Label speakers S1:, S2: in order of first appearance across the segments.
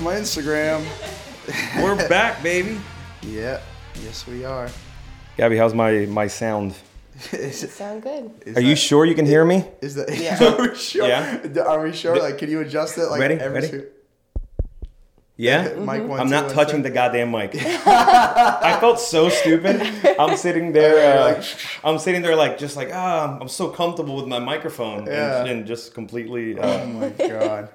S1: my Instagram.
S2: We're back, baby.
S1: Yeah, yes we are.
S2: Gabby, how's my my sound?
S1: Is, is
S3: Sound good.
S1: that-
S2: Are you sure you can hear me?
S1: Is that?
S3: Yeah.
S1: Are we sure?
S2: Yeah.
S1: Are we sure? Like, can you adjust it? Like
S2: Ready?
S1: every
S2: Ready?
S1: two-
S2: Yeah.
S1: Mic one,
S2: I'm
S1: two,
S2: not
S1: one,
S2: touching
S1: two.
S2: the goddamn mic. I felt so stupid. I'm sitting there. Uh, I'm sitting there like just like ah, I'm so comfortable with my microphone and-
S1: Yeah.
S2: and, just completely. Uh,
S1: Oh my god.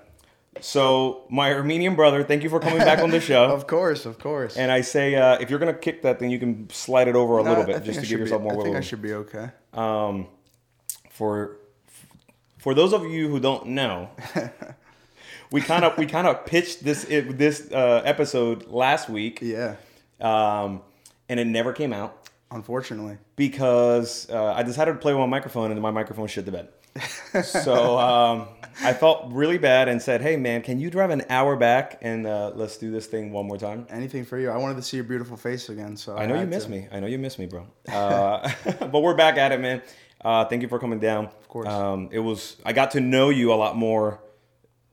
S2: so my Armenian brother, thank you for coming back on the show.
S1: Of course, of course.
S2: And I say, uh, if you're gonna kick that, then you can slide it over a
S1: No,
S2: little
S1: I
S2: bit
S1: think
S2: just
S1: I
S2: to
S1: should
S2: give yourself
S1: be,
S2: more
S1: I
S2: wiggle
S1: think I
S2: room.
S1: should be okay.
S2: um, for for those of you who don't know, we kind of we kind of pitched this it, this uh, episode last week,
S1: Yeah.
S2: um, and it never came out
S1: Unfortunately.
S2: because uh, I decided to play with my microphone and my microphone shit the bed. so um, I felt really bad and said, "Hey man, can you drive an hour back and uh, let's do this thing one more time?"
S1: Anything for you? I wanted to see your beautiful face again. So
S2: I know you
S1: had
S2: miss
S1: to.
S2: me. I know you miss me, bro. Uh, but we're back at it, man. Uh, thank you for coming down. Of
S1: course.
S2: Um, it was. I got to know you a lot more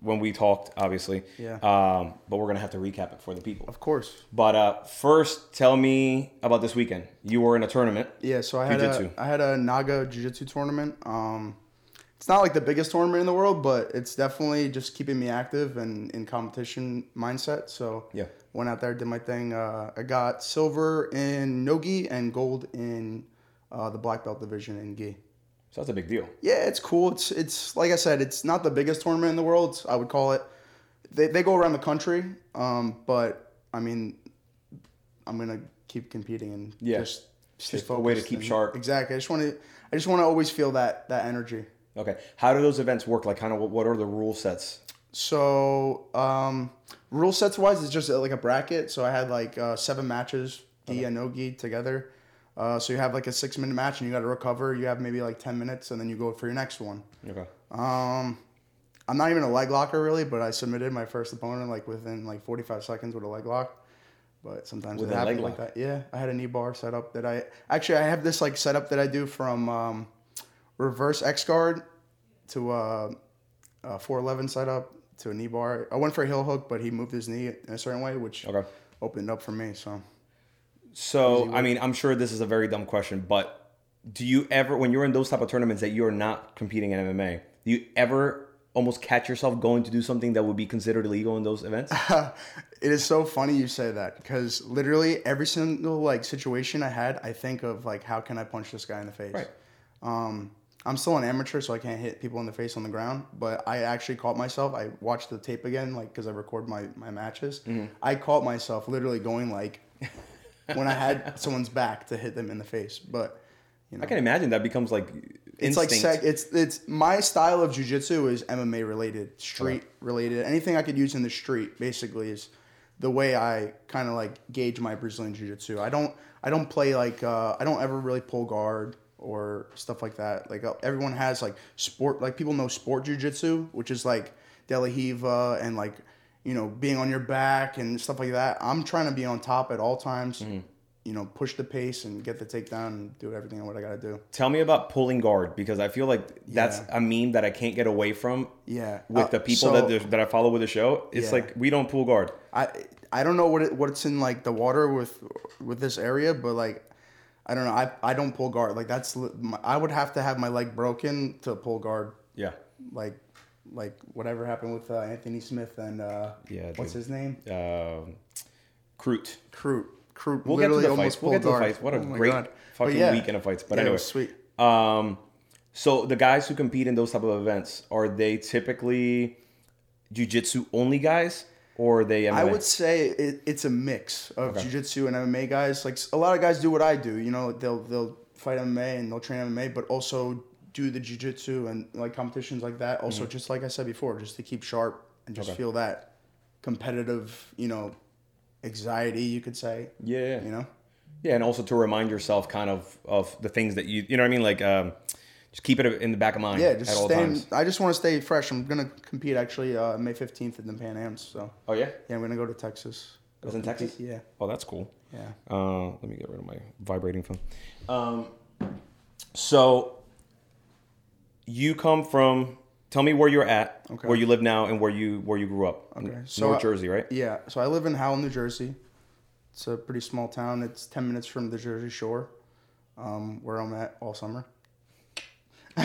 S2: when we talked, obviously.
S1: Yeah.
S2: Um, but we're gonna have to recap it for the people.
S1: Of course.
S2: But uh, first, tell me about this weekend. You were in a tournament.
S1: Yeah, so I had
S2: Jiu-jitsu.
S1: a I had a Naga Jiu Jitsu tournament. Um, it's not like the biggest tournament in the world, but it's definitely just keeping me active and in competition mindset. So
S2: Yeah.
S1: went out there, did my thing. Uh, I got silver in nogi and gold in uh, the black belt division in gi.
S2: So that's a big deal.
S1: Yeah, it's cool. It's it's like I said, it's not the biggest tournament in the world. It's- I would call it. They they go around the country, um, but I mean, I'm gonna keep competing and
S2: Yeah.
S1: just stay
S2: Just a way to
S1: focused
S2: keep
S1: and-
S2: sharp.
S1: Exactly. I just want to I just want to always feel that that energy.
S2: Okay. How do those events work? Like, kind of, what, what are the rule sets?
S1: So um, rule sets wise, it's just uh, like a bracket. So I had like uh, seven matches, gi and no gi together. Uh, so you have like a six minute match and you got to recover. You have maybe like ten minutes and then you go for your next one.
S2: Okay.
S1: Um, I'm not even a leg locker really, but I submitted my first opponent like within like 45 seconds with a leg lock. But sometimes
S2: With
S1: it
S2: a
S1: happens
S2: leg
S1: like that. Yeah, I had a knee bar set up that I actually I have this like setup that I do from um, reverse X guard to uh, a 411 setup to a knee bar. I went for a heel hook, but he moved his knee in a certain way, which
S2: Okay.
S1: opened up for me. So
S2: So, I mean, I'm sure this is a very dumb question, but do you ever, when you're in those type of tournaments that you're not competing in MMA, do you ever almost catch yourself going to do something that would be considered illegal in those events?
S1: it is so funny you say that because literally every single like situation I had, I think of like how can I punch this guy in the face.
S2: Right.
S1: Um, I'm still an amateur, so I can't hit people in the face on the ground. But I actually caught myself. I watched the tape again, like because I record my my matches. I caught myself literally going like when I had someone's back to hit them in the face. But you know,
S2: I can imagine that becomes like
S1: it's
S2: instinct.
S1: like sec- it's it's my style of jujitsu is MMA related, street related. Anything I could use in the street basically is the way I kind of like gauge my Brazilian jiu-jitsu. I don't I don't play like uh, I don't ever really pull guard or stuff like that. Like uh, everyone has like sport like people know sport jiu-jitsu, which is like De La Riva and like you know being on your back and stuff like that. I'm trying to be on top at all times. You know, push the pace and get the takedown and do everything what I gotta do.
S2: Tell me about pulling guard because I feel like that's a meme that I can't get away from.
S1: Yeah.
S2: With
S1: Uh,
S2: the people
S1: so-
S2: that that I follow with the show, it's
S1: Yeah.
S2: like we don't pull guard.
S1: I I don't know what it, what it's in like the water with with this area, but like I don't know. I I don't pull guard. Like that's li- my, I would have to have my leg broken to pull guard.
S2: Yeah.
S1: Like like whatever happened with uh, Anthony Smith and uh,
S2: Yeah,
S1: what's
S2: dude.
S1: his name?
S2: Um, Crute.
S1: Crute. Crute
S2: We'll get to
S1: literally
S2: the
S1: almost
S2: fights. We'll get
S1: pulled
S2: to the
S1: guard.
S2: fights. What a
S1: Oh my
S2: great
S1: God. But
S2: fucking
S1: yeah.
S2: weekend of fights.
S1: Yeah,
S2: But
S1: it
S2: anyway,
S1: was sweet.
S2: Um, so the guys who compete in those type of events are they typically jujitsu only guys, or are they MMA?
S1: I would say it, it's a mix of jiu-jitsu and MMA guys. Like s- a lot of guys do what I do, you know, they'll they'll fight MMA and they'll train MMA, but also do the jiu-jitsu and like competitions like that. Also,
S2: Mm-hmm.
S1: just like I said before, just to keep sharp and just feel that competitive, you know, anxiety, you could say.
S2: yeah, yeah,
S1: You know,
S2: yeah, and also to remind yourself kind of of the things that you you know what I mean, like um, just keep it in the back of mind.
S1: yeah, just
S2: at all
S1: staying.
S2: times.
S1: I just want to stay fresh. I'm gonna compete actually uh, May 15th in the Pan Am's. So
S2: Oh yeah,
S1: yeah, I'm gonna go to Texas. Go
S2: That's in
S1: compete.
S2: Texas?
S1: Yeah,
S2: oh that's cool.
S1: yeah.
S2: Uh, let me get rid of my vibrating phone. Um, so you come from Tell me where you're at,
S1: Okay.
S2: where you live now, and where you where you grew up.
S1: Okay,
S2: N-
S1: so
S2: North
S1: I-
S2: Jersey, right?
S1: Yeah, so I live in Howell, New Jersey. It's a pretty small town. It's ten minutes from the Jersey Shore, um, where I'm at all summer.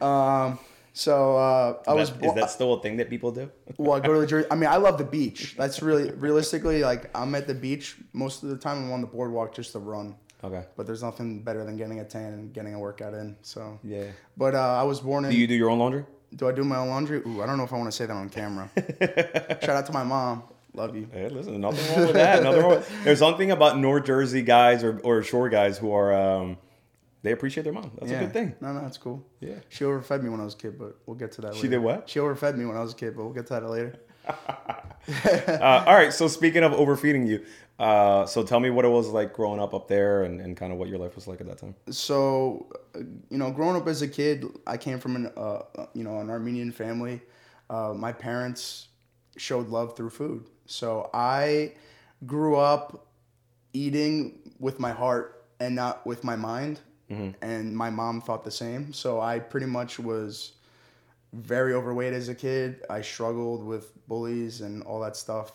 S1: um, so uh, I
S2: That-
S1: was.
S2: is that still a thing that people do?
S1: well, I go to the Jersey. I mean, I love the beach. That's really realistically like I'm at the beach most of the time. I'm on the boardwalk just to run.
S2: Okay.
S1: But there's nothing better than getting a tan and getting a workout in. So
S2: Yeah.
S1: But uh, I was born in.
S2: Do you do your own laundry?
S1: do I do my own laundry? Ooh, I don't know if I want to say that on camera. Shout out to my mom. Love you.
S2: Hey, listen, nothing wrong with that. Nothing wrong. With, there's something about North Jersey guys or, or shore guys who are um, they appreciate their mom. That's a good thing.
S1: No, no, that's cool.
S2: Yeah.
S1: She overfed me when I was a kid, but we'll get to that later.
S2: did what?
S1: She overfed me when I was a kid, but we'll get to that later.
S2: Uh, all right. So speaking of overfeeding you, uh, so tell me what it was like growing up up there and, and kind of what your life was like at that time.
S1: So, uh, you know, growing up as a kid, I came from an, uh, uh, you know, an Armenian family. Uh, my parents showed love through food. So I grew up eating with my heart and not with my mind. And my mom thought the same. So I pretty much was very overweight as a kid. I struggled with bullies and all that stuff.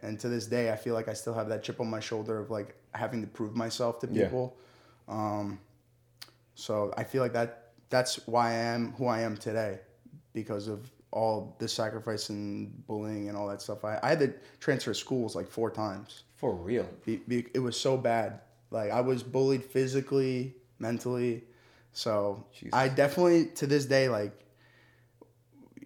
S1: And to this day, I feel like I still have that chip on my shoulder of like having to prove myself to
S2: Yeah.
S1: people. Um, so I feel like that that's why I am who I am today because of all the sacrifice and bullying and all that stuff. I, I had to transfer schools like four times
S2: For real.
S1: be, be, it was so bad. Like I was bullied physically, mentally. So
S2: Jesus.
S1: I definitely to this day like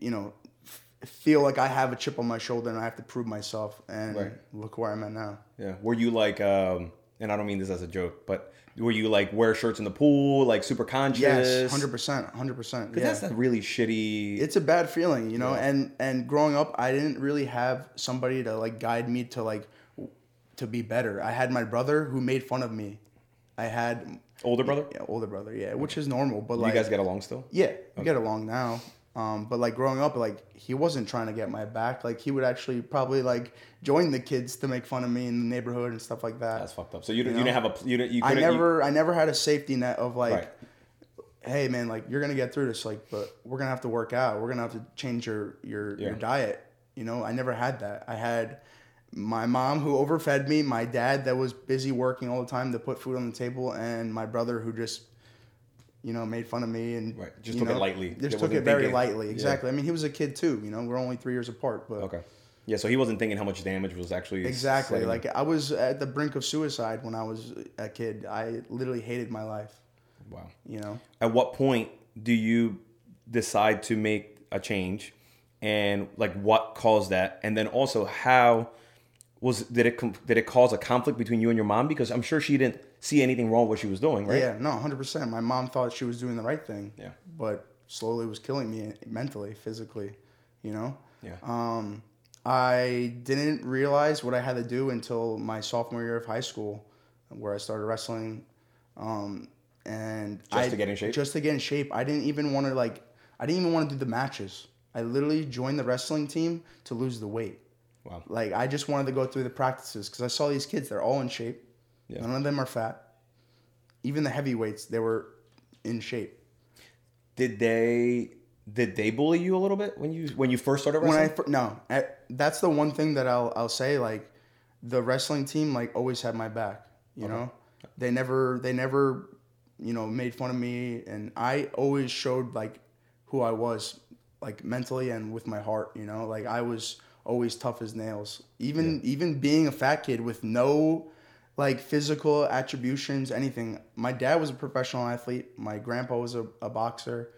S1: you know f- feel like I have a chip on my shoulder and I have to prove myself and
S2: Right.
S1: look where I'm at now.
S2: Yeah. Were you like, um, and I don't mean this as a joke, but were you like wear shirts in the pool, like super conscious?
S1: Yes, 100%, 100%. Yeah.
S2: That's a really shitty.
S1: it's a bad feeling, you know. And and growing up, I didn't really have somebody to like guide me to like w- to be better. I had my brother who made fun of me. I had
S2: older brother.
S1: yeah, older brother, yeah, which is normal, but like
S2: you guys get along still?
S1: Yeah, we get along now. Um, but like growing up, like he wasn't trying to get my back. Like he would actually probably like join the kids to make fun of me in the neighborhood and stuff like that.
S2: That's fucked up. So you, didn't you didn't have a you didn't you
S1: I
S2: couldn't you-
S1: never, I never had a safety net of like,
S2: Right.
S1: hey man, like you're gonna get through this, like, but we're gonna have to work out. We're gonna have to change your your
S2: Yeah.
S1: your diet. You know, I never had that. I had my mom who overfed me, my dad that was busy working all the time to put food on the table, and my brother who just, you know, made fun of me and
S2: Right. Just
S1: you
S2: took it lightly. There
S1: Just took
S2: wasn't
S1: it very
S2: thinking.
S1: lightly.
S2: Yeah.
S1: Exactly. I mean, he was a kid too. You know, we're only three years apart, but
S2: Okay. Yeah, so he wasn't thinking how much damage was actually
S1: Exactly.
S2: setting-
S1: Like I was at the brink of suicide when I was a kid. I literally hated my life.
S2: wow.
S1: You know.
S2: At what point do you decide to make a change, and like what caused that, and then also how was did it com- did it cause a conflict between you and your mom? Because I'm sure she didn't see anything wrong with what she was doing, right?
S1: Yeah. No. Hundred percent. My mom thought she was doing the right thing.
S2: Eh. Yeah.
S1: But slowly was killing me mentally, physically. You know.
S2: Yeah.
S1: Um, I didn't realize what I had to do until my sophomore year of high school, where I started wrestling. Um, and
S2: Just
S1: I-
S2: to get in shape?
S1: Just to get in shape. I didn't even want to like. I didn't even want to do the matches. I literally joined the wrestling team to lose the weight.
S2: Wow.
S1: Like I just wanted to go through the practices because I saw these kids. They're all in shape.
S2: Yeah.
S1: None of them are fat. Even the heavyweights, they were in shape.
S2: Did they did they bully you a little bit when you when you first started
S1: When
S2: wrestling?
S1: I fir- no, I, that's the one thing that I'll I'll say like the wrestling team like always had my back. You know, they never they never you know made fun of me, and I always showed like who I was like mentally and with my heart. You know, like I was always tough as nails. Even even being a fat kid with no like physical attributions, anything. My dad was a professional athlete. My grandpa was a, a boxer,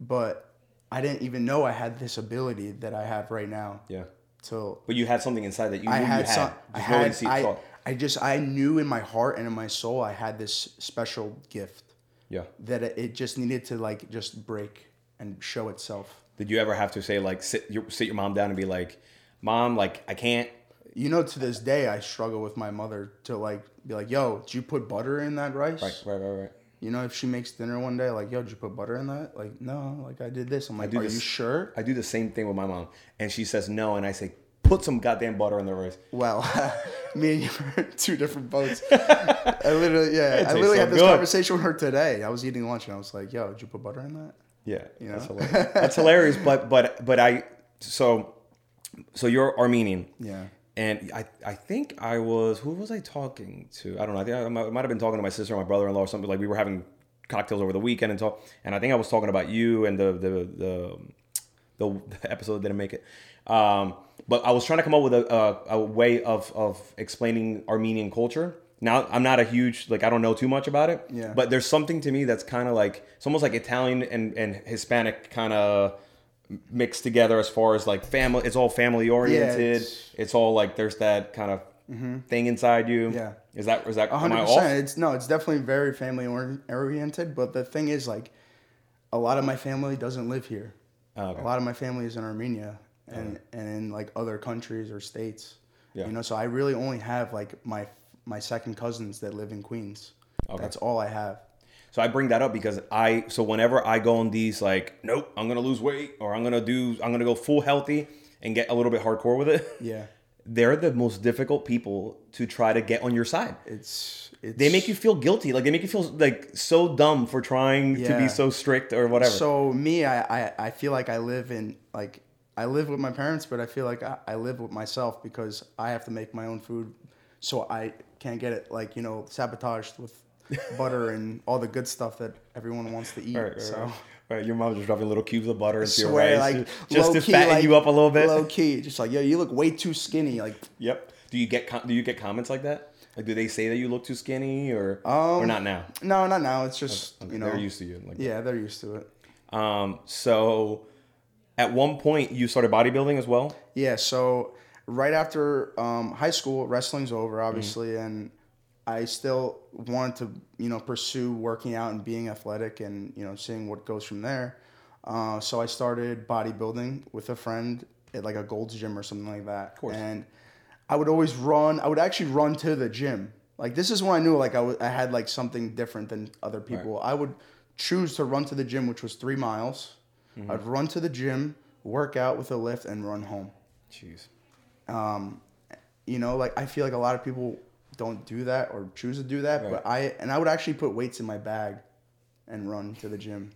S1: but I didn't even know I had this ability that I have right now.
S2: yeah.
S1: Till
S2: But you had something inside that you
S1: I
S2: knew
S1: had,
S2: you had.
S1: some, I
S2: Just no one
S1: had,
S2: see-
S1: I,
S2: saw it.
S1: I just, I knew in my heart and in my soul, I had this special gift
S2: yeah.
S1: that it- it just needed to like just break and show itself.
S2: Did you ever have to say like sit your sit your mom down and be like, "Mom, like I can't."
S1: You know, to this day, I struggle with my mother to like be like, "Yo, did you put butter in that rice?"
S2: Right, right, right.
S1: You know, if she makes dinner one day, like, yo, did you put butter in that? Like, no, like I did this. I'm like,
S2: do
S1: are
S2: this-
S1: you sure?
S2: I do the same thing with my mom, and she says no, and I say, "Put some goddamn butter in the rice."
S1: Well, me and you are in two different boats. I literally, yeah, I
S2: tastes
S1: literally
S2: so
S1: had this
S2: good.
S1: conversation with her today. I was eating lunch and I was like, yo, did you put butter in that?
S2: Yeah,
S1: You
S2: that's,
S1: know?
S2: hilarious. that's hilarious. But but but I so so you're Armenian.
S1: Yeah.
S2: And I I think I was who was I talking to? I don't know. I think I might, I might have been talking to my sister, or my brother in law, or something. Like we were having cocktails over the weekend and talk. And I think I was talking about you and the the the, the, the episode that didn't make it. Um, but I was trying to come up with a, a, a way of of explaining Armenian culture. Now I'm not a huge like I don't know too much about it.
S1: Yeah.
S2: But there's something to me that's kind of like it's almost like Italian and and Hispanic kind of mixed together as far as like family. It's all family oriented. it's,
S1: it's-
S2: all like there's that kind of thing inside you.
S1: Mm-hmm. Yeah.
S2: Is that is that am
S1: hundred
S2: I
S1: percent.
S2: off?
S1: It's no, it's definitely very family or- oriented. But the thing is, like, a lot of my family doesn't live here.
S2: Oh, okay. Ah,
S1: A lot of my family is in Armenia and and in like other countries or states.
S2: Yeah.
S1: You know, so I really only have like my my second cousins that live in Queens.
S2: Okay.
S1: That's all I have.
S2: So I bring that up because I so whenever I go on these like nope I'm gonna lose weight or I'm gonna do I'm gonna go full healthy and get a little bit hardcore with it.
S1: Yeah.
S2: They're the most difficult people to try to get on your side.
S1: It's it's
S2: They make you feel guilty. Like they make you feel like so dumb for trying to be
S1: Yeah.
S2: so strict or whatever.
S1: So me, I, I I feel like I live in like I live with my parents, but I feel like I, I live with myself because I have to make my own food, so I can't get it like you know sabotaged with butter and all the good stuff that everyone wants to eat.
S2: Right, right,
S1: so.
S2: right. Right, your mom just dropping little cubes of butter into your
S1: Swear,
S2: rice,
S1: like
S2: just to fatten you up a little bit.
S1: Low key, just like yo, you look way too skinny. Like
S2: Yep. Do you get com- do you get comments like that? Like, do they say that you look too skinny or or not now?
S1: no, not now. It's just Um, you know
S2: They're used to you. Like,
S1: Yeah, they're used to it.
S2: Um. So, at one point, you started bodybuilding as well.
S1: Yeah, so right after um, high school, wrestling's over, obviously, and I still wanted to, you know, pursue working out and being athletic and, you know, seeing what goes from there. Uh, so I started bodybuilding with a friend at like a Gold's Gym or something like that. Of
S2: course.
S1: And I would always run, I would actually run to the gym. Like, this is when I knew, like, I wa- I had like something different than other people. I would choose to run to the gym, which was three miles. I'd run to the gym, work out with a lift, and run home
S2: Jeez.
S1: you know like i feel like a lot of people don't do that or choose to do that but i and i would actually put weights in my bag and run to the gym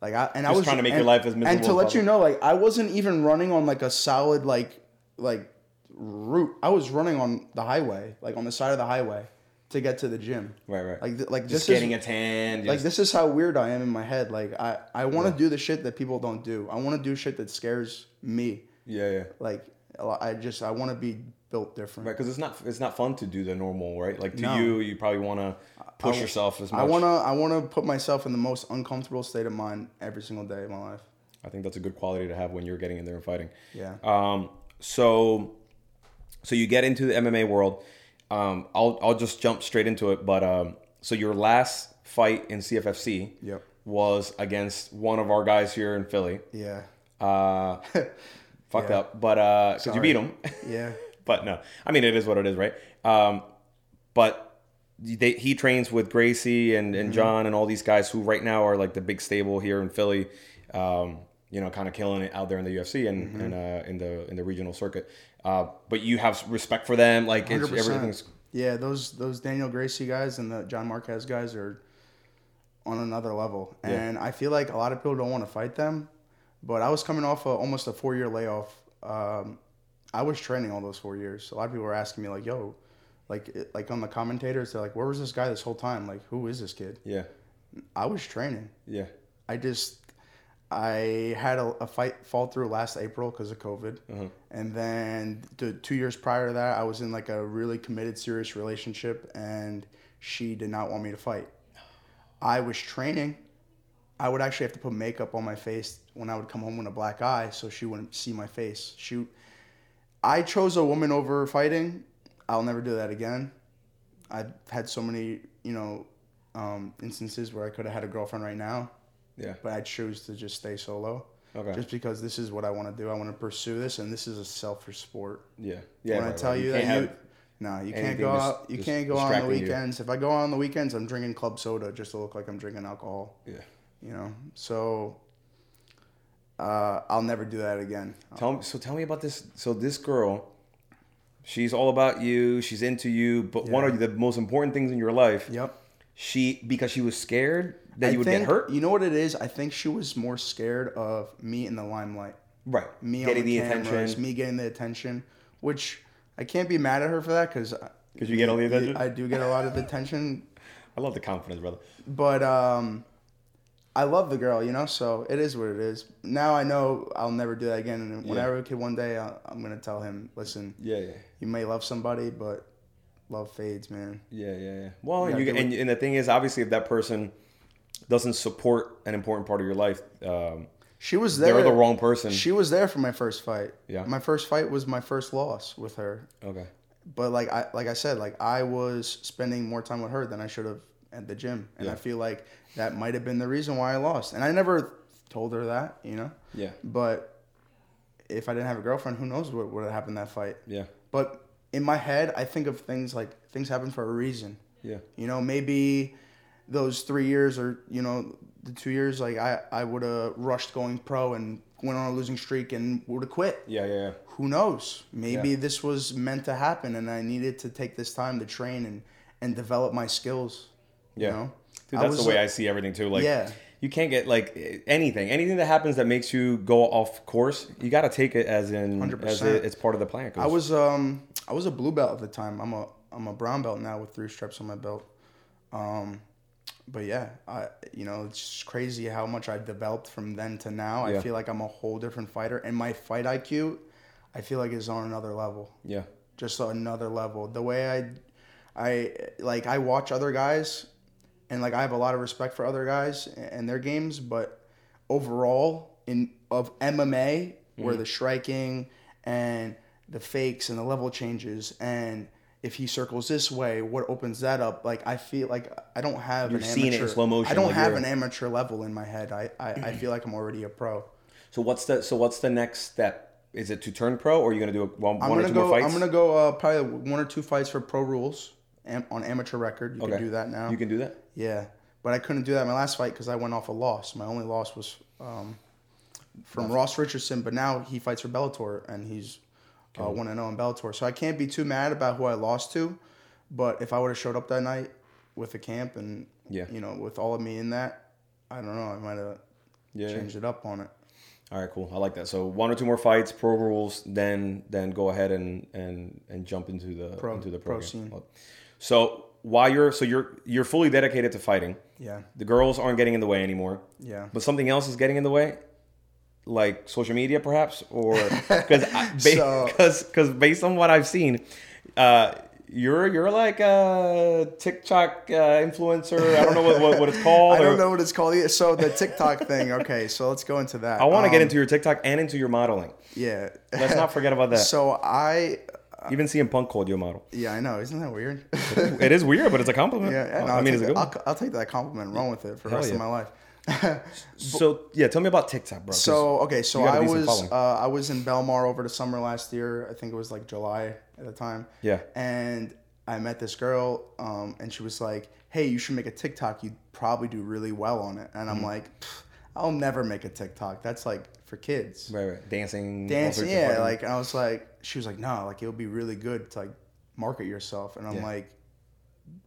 S1: like i and i was
S2: trying to make
S1: and-
S2: your life as miserable
S1: and to
S2: as
S1: let you know like i wasn't even running on like a solid like like route i was running on the highway like on the side of the highway to get to the gym
S2: Right. Right.
S1: like th- like
S2: just
S1: this
S2: getting
S1: is
S2: a tan.
S1: like
S2: just-
S1: this is how weird i am in my head like i i want to do the shit that people don't do i want to do shit that scares me
S2: yeah. Yeah.
S1: like a lot- i just i want to be built different
S2: Right. Because it's not it's not fun to do the normal. Right. Like to
S1: No.
S2: you, you probably want to push yourself as much.
S1: I wanna I wanna put myself in the most uncomfortable state of mind every single day of my life.
S2: I think that's a good quality to have when you're getting in there and fighting.
S1: Yeah.
S2: Um, so, so you get into the MMA world. Um, I'll I'll just jump straight into it. But um, so your last fight in CFFC
S1: Yep.
S2: was against one of our guys here in Philly.
S1: Yeah.
S2: Uh, fucked up, but uh, 'cause you beat him.
S1: Yeah.
S2: but no, I mean it is what it is, right? Um, but they, he trains with Gracie and,
S1: Mm-hmm.
S2: and John and all these guys who right now are like the big stable here in Philly. Um, you know, kind of killing it out there in the UFC and,
S1: Mm-hmm.
S2: and uh, in the in the regional circuit. Uh, but you have respect for them, like it's,
S1: 100%.
S2: everything's
S1: Yeah, those those Daniel Gracie guys and the John Marquez guys are on another level. And I feel like a lot of people don't want to fight them. But I was coming off a, almost a four year layoff. Um, I was training all those four years. A lot of people were asking me like, "Yo, like, it- like on the commentators, they're like, where was this guy this whole time? Like, who is this kid?"
S2: yeah,
S1: I was training.
S2: yeah,
S1: I just I had a, a fight fall through last April because of COVID, and then the two years prior to that, I was in like a really committed, serious relationship, and she did not want me to fight. I was training. I would actually have to put makeup on my face when I would come home with a black eye, so she wouldn't see my face. She, I chose a woman over fighting. I'll never do that again. I've had so many, you know, um, instances where I could have had a girlfriend right now
S2: yeah.
S1: but I choose to just stay solo.
S2: Okay.
S1: Just because this is what I want to do. I want to pursue this, and this is a selfish sport.
S2: Yeah, yeah.
S1: when
S2: right,
S1: I tell
S2: right.
S1: you,
S2: can't
S1: that, you,
S2: have-
S1: no, you can't
S2: anything
S1: go
S2: dis-
S1: out. You
S2: dis-
S1: can't go out on the
S2: distracting you.
S1: weekends. If I go out on the weekends, I'm drinking club soda just to look like I'm drinking alcohol.
S2: yeah.
S1: You know, so uh, I'll never do that again.
S2: Tell me, so tell me about this. So this girl, she's all about you. She's into you. But one of the most important things in your life,
S1: Yep.
S2: she because she was scared
S1: I
S2: that you would
S1: think,
S2: get hurt.
S1: You know what it is? I think she was more scared of me in the limelight,
S2: right.
S1: me
S2: getting
S1: on the,
S2: the
S1: cameras,
S2: attention
S1: me getting the attention. Which I can't be mad at her for that because
S2: because you get all the attention.
S1: I
S2: I,
S1: do get a lot of attention.
S2: love the confidence, brother.
S1: But um, I love the girl, you know. So it is what it is. Now I know I'll never do that again. And whenever a kid one day, I, I'm gonna tell him, listen,
S2: Yeah, yeah,
S1: you may love somebody, but love fades, man.
S2: yeah, yeah. yeah. Well, and
S1: Yeah,
S2: you get,
S1: do it.
S2: and, and the thing is, obviously, if that person doesn't support an important part of your life, um,
S1: She was there.
S2: they're the wrong person.
S1: She was there for my first fight.
S2: Yeah.
S1: My first fight was my first loss with her.
S2: okay.
S1: but like I like I said, like I was spending more time with her than I should have at the gym, and I feel like that might have been the reason why I lost. And I never told her that, you know.
S2: Yeah.
S1: But if I didn't have a girlfriend, who knows what would have happened that fight?
S2: Yeah.
S1: But in my head, I think of things like things happen for a reason.
S2: Yeah.
S1: You know, maybe those three years or you know the two years, like I I would have rushed going pro and went on a losing streak and would have quit
S2: Yeah. Yeah. yeah.
S1: who knows? Maybe
S2: Yeah.
S1: this was meant to happen, and I needed to take this time to train and and develop my skills.
S2: Yeah.
S1: You know,
S2: Dude,
S1: I
S2: that's
S1: was
S2: the way
S1: like-
S2: I see everything too. Like,
S1: Yeah.
S2: you can't get like anything, anything that happens that makes you go off course. You got to take it as in as
S1: 100%.
S2: it, it's part of the plan.
S1: I was um I was a blue belt at the time. I'm a I'm a brown belt now with three stripes on my belt. Um, but yeah, I you know it's just crazy how much I've developed from then to now.
S2: Yeah.
S1: I feel like I'm a whole different fighter, and my fight IQ, I feel like is on another level.
S2: yeah,
S1: just another level. The way I, I like I watch other guys, and like I have a lot of respect for other guys and their games, but overall in of MMA, where
S2: Mm-hmm.
S1: the striking and the fakes and the level changes and if he circles this way, what opens that up? Like I feel like I don't have
S2: You're
S1: an
S2: seeing it in
S1: amateur.
S2: slow motion,
S1: I don't
S2: like
S1: have
S2: you're- Mm-hmm.
S1: an amateur level in my head. I, I, I feel like I'm already a pro.
S2: So what's the so what's the next step? Is it to turn pro, or are you gonna do a, one,
S1: I'm
S2: one or
S1: gonna
S2: two
S1: go.
S2: more fights?
S1: I'm gonna go uh, probably one or two fights for pro rules am, on amateur record. You
S2: Okay.
S1: can do that now.
S2: You can do that.
S1: yeah, but I couldn't do that in my last fight because I went off a loss. My only loss was um, from Ross Richardson, but now he fights for Bellator and he's uh, one and zero in Bellator. So I can't be too mad about who I lost to. But if I would have showed up that night with the camp and
S2: Yeah.
S1: you know with all of me in that, I don't know. I might have
S2: Yeah.
S1: changed it up on it.
S2: All right, cool. I like that. So one or two more fights, pro rules, then then go ahead and and and jump into the into the
S1: pro
S2: program.
S1: scene.
S2: So while you're so you're you're fully dedicated to fighting.
S1: Yeah,
S2: The girls aren't getting in the way anymore.
S1: yeah.
S2: but something else is getting in the way like social media perhaps or because
S1: So-
S2: because because based on what i've seen uh you're you're like a tiktok uh, influencer i don't know what, what, what it's called
S1: I
S2: or-
S1: don't know what it's called. Either. So the TikTok thing. Okay, so let's go into that.
S2: I want to get
S1: Um,
S2: into your tiktok and into your modeling
S1: Yeah.
S2: let's not forget about that
S1: so uh, I.
S2: even CM punk called you a model
S1: Yeah, I know. Isn't that weird?
S2: it is weird but it's a compliment
S1: yeah,
S2: i mean it's a good
S1: I'll,
S2: one.
S1: c- I'll take that compliment, and run with it for the
S2: Hell
S1: rest of
S2: yeah.
S1: my life.
S2: so yeah tell me about tiktok bro 'cause-
S1: so okay, so
S2: you got a
S1: I
S2: decent
S1: was
S2: following.
S1: uh, I was in Belmar over the summer last year. I think it was like July at the time.
S2: Yeah.
S1: And I met this girl, um, and she was like, "Hey, you should make a TikTok. You'd probably do really well on it."
S2: Mm-hmm.
S1: And I'm like, "Pfft, "I'll never make a TikTok. That's like for kids."
S2: right, right. dancing all
S1: dance.
S2: sorts of
S1: Yeah,
S2: fucking-
S1: like and I was like, she was like, no, like it'll be really good to like market yourself, and I'm
S2: Yeah.
S1: like,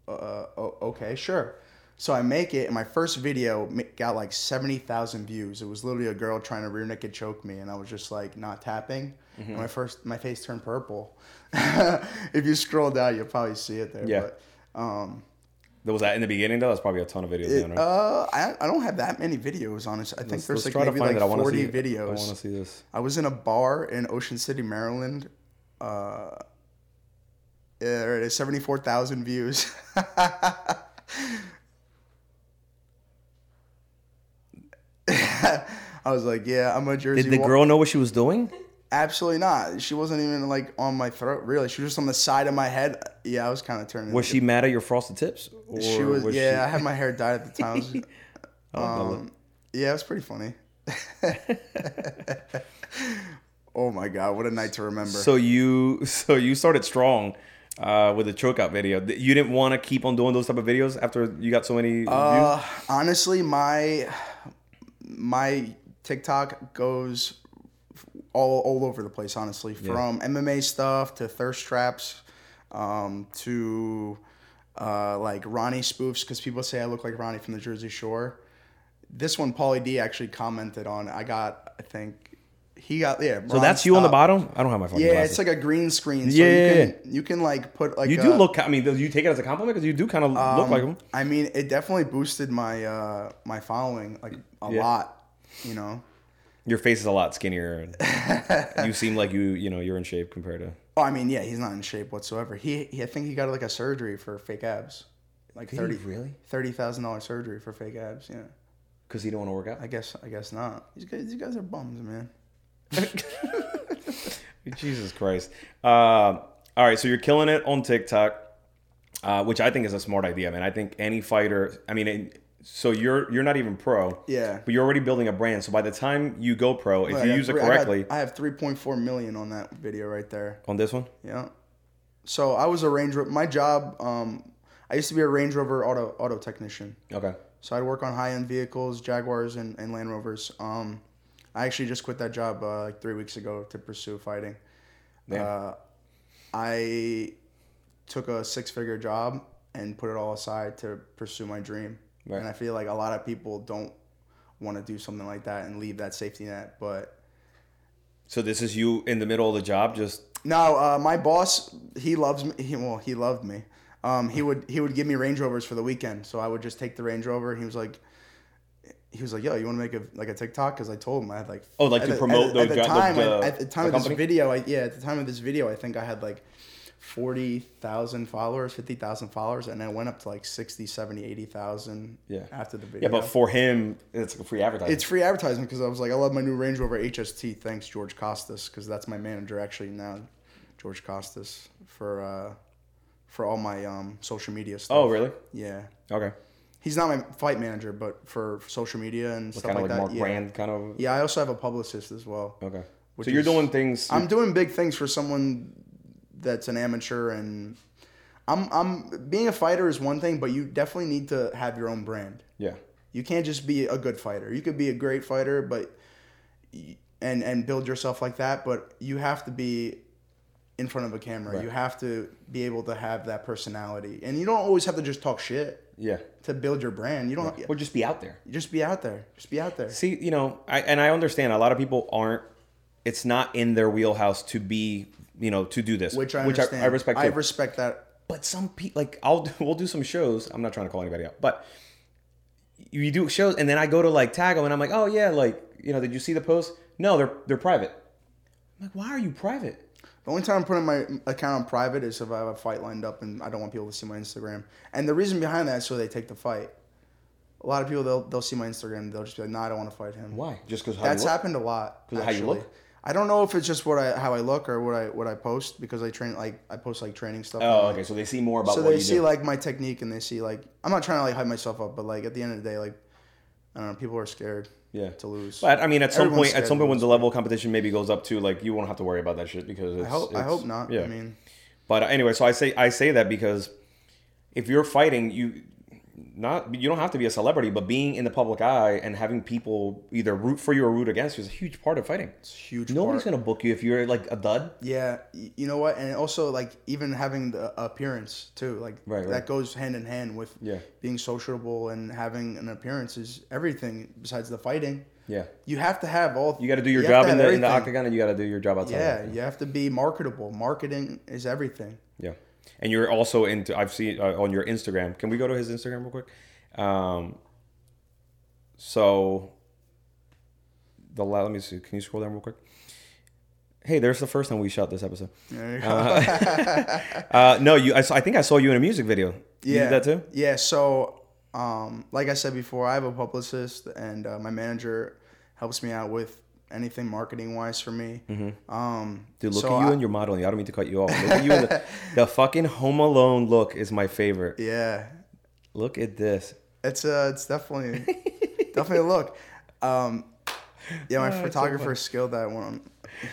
S1: uh, o- okay, sure. So I make it, and my first video ma- got like seventy thousand views. It was literally a girl trying to rear naked choke me, and I was just like not tapping.
S2: Mm-hmm.
S1: And my first, my face turned purple. if you scroll down, you'll probably see it there.
S2: Yeah.
S1: But, um,
S2: There was that in the beginning though that's probably a ton of videos now, right?
S1: uh, I, I don't have that many videos, honestly. I think
S2: Let's-
S1: there's
S2: let's
S1: like maybe like
S2: it. I wanna
S1: forty
S2: see it. I
S1: videos.
S2: want to see this.
S1: I was in a bar in Ocean City, Maryland. Uh, there it is, seventy-four thousand views. I was like, "Yeah, I'm a Jersey."
S2: Did the
S1: wa-
S2: girl know what she was doing?
S1: Absolutely not. She wasn't even like on my throat. Really, she was just on the side of my head. Yeah, I was kind of turning.
S2: Was she mad at your frosted tips? Or
S1: She was. yeah, um, I
S2: She, oh,
S1: had my hair dyed at the time. I was-
S2: I don't know.
S1: yeah, it was pretty funny. oh my god, what a night to remember.
S2: so you so you started strong uh, with the choke out video. Th- You didn't want to keep on doing those type of videos after you got so many. views?
S1: Uh, honestly, my my TikTok goes all all over the place. Honestly, from MMA stuff to thirst traps, um, to uh, like Ronnie spoofs because people say I look like Ronnie from the Jersey Shore. This one, Paulie D actually commented on. I got, I think, he got yeah.
S2: So that's you on the bottom. I don't have my fucking
S1: uh, Yeah,
S2: glasses.
S1: it's like uh, a green screen. So
S2: Yeah.
S1: you can you can like put like
S2: you do
S1: a-
S2: look. I mean, do you take it as a compliment because you do kind of look like him.
S1: I mean, it definitely boosted my uh my following like a
S2: Yeah.
S1: lot. You know.
S2: Your face is a lot skinnier. and you seem like you, you know, you're in shape compared to.
S1: Oh, I mean, yeah, he's not in shape whatsoever. He, he I think he got like a surgery for fake abs, like thirty
S2: really?
S1: thirty thousand dollars surgery for fake abs. Yeah,
S2: Because you don't want to work out.
S1: I guess I guess not. These guys, these guys are bums, man.
S2: Jesus Christ. Uh, all right, so you're killing it on TikTok, uh, which I think is a smart idea, man. I think any fighter. I mean, it, so you're you're not even pro.
S1: Yeah.
S2: But you're already building a brand, so by the time you go pro, if
S1: I
S2: you
S1: got
S2: use it
S1: three- I got-
S2: correctly
S1: I have three point four million on that video right there.
S2: on this one,
S1: Yeah. So I was a Range Rover. My job, um, I used to be a Range Rover auto auto technician.
S2: okay.
S1: So I'd work on high end vehicles, Jaguars and, and Land Rovers. Um, I actually just quit that job uh, like three weeks ago to pursue fighting.
S2: Yeah.
S1: Uh, I took a six figure job and put it all aside to pursue my dream.
S2: Right.
S1: And I feel like a lot of people don't want to do something like that and leave that safety net. But
S2: so this is you in the middle of the job, just
S1: no, uh, my boss, he loves me. He, well, he loved me. Um, he would he would give me Range Rovers for the weekend, so I would just take the Range Rover. He was like, he was like, "Yo, you want to make a like a TikTok?" Because I told him I had like
S2: Oh, like
S1: at
S2: to
S1: the-
S2: promote
S1: at
S2: the
S1: the, at the
S2: jo- the-
S1: time
S2: the-
S1: I- at the time
S2: the
S1: of this
S2: company?
S1: video. I, yeah, at the time of this video, I think I had like forty thousand followers, fifty thousand followers, and I went up to like 60, 70, 80,000
S2: Yeah.
S1: after the video.
S2: yeah. But for him, it's a free advertising.
S1: It's free advertisement because I was like, I love my new Range Rover HST. Thanks, George Costas, because that's my manager actually now, George Costas for uh, for all my um, social media stuff.
S2: oh, really?
S1: yeah,
S2: Okay.
S1: he's not my fight manager, but for, for social media and stuff
S2: Kind of
S1: like,
S2: like
S1: that.
S2: Mark Oh,
S1: yeah.
S2: Brand, kind of.
S1: yeah, I also have a publicist as well.
S2: Okay.
S1: Which
S2: so you're
S1: is-
S2: doing things.
S1: I'm doing big things for someone that's an amateur, and I'm I'm being a fighter is one thing, but you definitely need to have your own brand.
S2: yeah.
S1: You can't just be a good fighter. You could be a great fighter, but and and build yourself like that, but you have to be in front of a camera. You have to be able to have that personality. And you don't always have to just talk shit
S2: Yeah.
S1: to build your brand. You don't
S2: Or just be out there.
S1: just be out there. Just be out there.
S2: See, you know, I and I understand a lot of people aren't. It's not in their wheelhouse to be, you know, to do this.
S1: Which I
S2: I,
S1: understand.
S2: respect.
S1: I
S2: too.
S1: respect that.
S2: but some people, like, I'll do- we'll do some shows. I'm not trying to call anybody out, but you do shows, and then I go to like tag them, and I'm like, oh yeah, like, you know, did you see the post? No, they're they're private. I'm like, why are you private?
S1: The only time I'm putting my account on private is if I have a fight lined up and I don't want people to see my Instagram. And the reason behind that is so they take the fight. A lot of people they'll they'll see my Instagram. They'll just be like, "No, I don't want to fight him."
S2: Why? Just because
S1: That's happened a lot.
S2: 'Cause of how you
S1: actually.
S2: look?
S1: I don't know if it's just what I how I look or what I what I post because I train like I post like training stuff.
S2: Oh, okay. So they see more about
S1: So
S2: what
S1: they
S2: you
S1: see
S2: do.
S1: like my technique and they see like I'm not trying to like hype myself up, but like at the end of the day, like I don't know, people are scared
S2: yeah.
S1: to lose.
S2: But I mean, at some
S1: Everyone's
S2: point, at
S1: scared
S2: some
S1: to
S2: point, when the level of competition maybe goes up too, like you won't have to worry about that shit because it's,
S1: I hope I
S2: it's-
S1: hope not.
S2: Yeah.
S1: I mean,
S2: But uh, anyway, so I say I say that because if you're fighting, you not you don't have to be a celebrity, but being in the public eye and having people either root for you or root against you is a huge part of fighting.
S1: it's a huge.
S2: Nobody's
S1: part.
S2: gonna book you if you're like a dud.
S1: Yeah, y- you know what, and also like even having the appearance too, like
S2: Right, right.
S1: that goes hand in hand with
S2: Yeah.
S1: being sociable and having an appearance is everything besides the fighting.
S2: Yeah,
S1: You have to have all.
S2: you got to do your
S1: have
S2: job
S1: to
S2: in
S1: have
S2: the, in the
S1: everything.
S2: octagon, and you got to do your job outside. of
S1: Yeah,
S2: it.
S1: you have to be marketable. Marketing is everything.
S2: yeah. And you're also into. I've seen uh, on your Instagram. Can we go to his Instagram real quick? Um, so the la- let me see. Can you scroll down real quick? Hey, there's the first time we shot this episode.
S1: There you go.
S2: Uh, no, you. I, saw, I think I saw you in a music video. You
S1: yeah,
S2: did that too.
S1: Yeah. So, um, like I said before, I have a publicist, and uh, my manager helps me out with anything marketing wise for me. Um,
S2: Dude, Mm-hmm. look
S1: so
S2: at you
S1: I-
S2: and your modeling. I don't mean to cut you off. Look at you. in the, the fucking Home Alone look is my favorite.
S1: yeah,
S2: Look at this.
S1: It's uh, it's definitely definitely a look. Um, yeah, my photographer skilled that one.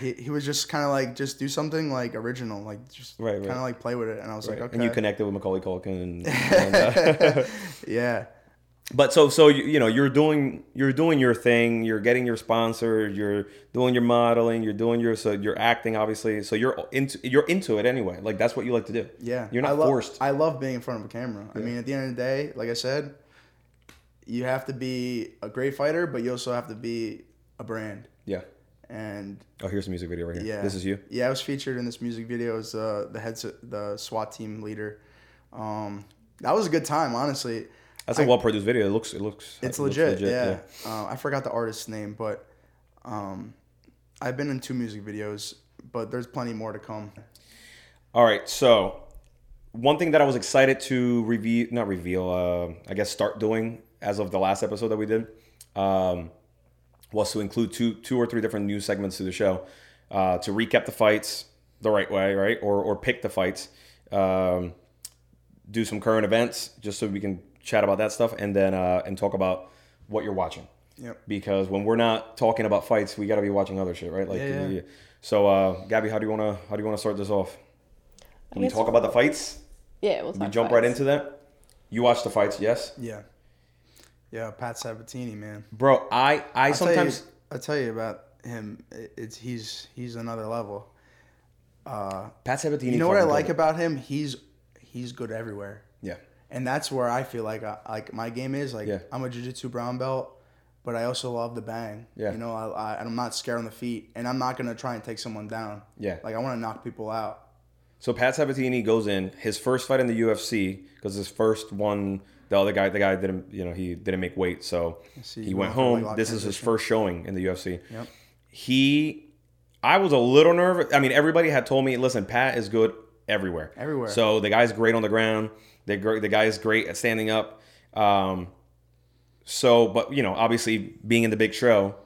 S1: He, he was just kind of like just do something like original, like just
S2: Right, right.
S1: kind of like play with it. And I was like, okay,
S2: And you connected with Macaulay Culkin. And, and, uh,
S1: yeah.
S2: but so so you, you know you're doing you're doing your thing you're getting your sponsor you're doing your modeling you're doing your so you're acting obviously so you're into you're into it anyway like that's what you like to do
S1: Yeah,
S2: you're not
S1: I love,
S2: forced
S1: I love being in front of a camera. I mean, at the end of the day, like I said, you have to be a great fighter, but you also have to be a brand.
S2: yeah
S1: And
S2: oh here's the music video right here
S1: yeah,
S2: this is you
S1: Yeah, I was featured in this music video as uh, the head, the SWAT team leader. Um, that was a good time, honestly.
S2: that's a well produced video it looks it looks
S1: It's
S2: it looks
S1: legit. yeah, Uh, I forgot the artist's name, but um, I've been in two music videos, but there's plenty more to come.
S2: All right, so one thing that I was excited to reveal, not reveal, uh, I guess start doing as of the last episode that we did, um, was to include two, two or three different news segments to the show uh, to recap the fights the right way, right, or or pick the fights, um, do some current events, just so we can chat about that stuff, and then uh, and talk about what you're watching.
S1: Yep.
S2: Because when we're not talking about fights, we got to be watching other shit, right? Like,
S1: Yeah, yeah.
S2: so uh, Gabby, how do you wanna how do you wanna start this off? Can we
S3: guess
S2: talk about the fights?
S3: Yeah, we'll talk
S2: We jump right into that. You watch the fights, yes,
S1: Yeah, yeah, Pat Sabatini, man.
S2: bro. I I
S1: I'll tell you-
S2: sometimes
S1: I'll tell you about him. It- It's he's he's another level. Uh,
S2: Pat Sabatini.
S1: you know what I
S2: fucking
S1: like
S2: killed
S1: about him? He's he's good everywhere,
S2: it. Yeah,
S1: and that's where I feel like I, like my game is. Like
S2: Yeah.
S1: I'm a jiu-jitsu brown belt, but I also love the bang.
S2: Yeah.
S1: you know, I, I and I'm not scared on the feet, and I'm not gonna try and take someone down.
S2: Yeah.
S1: like I want to knock people out.
S2: So Pat Sabatini goes in his first fight in the UFC because his first one, the other guy, the guy didn't, you know, he didn't make weight, so
S1: see,
S2: he
S1: you
S2: went
S1: went for leg
S2: home.
S1: lock
S2: This is his
S1: transition.
S2: first showing in the UFC.
S1: Yep.
S2: He, I was a little nervous. I mean, everybody had told me, listen, Pat is good everywhere.
S1: Everywhere.
S2: So the guy's great on the ground. The gr- the guy is great at standing up. Um, so, but you know, obviously being in the big show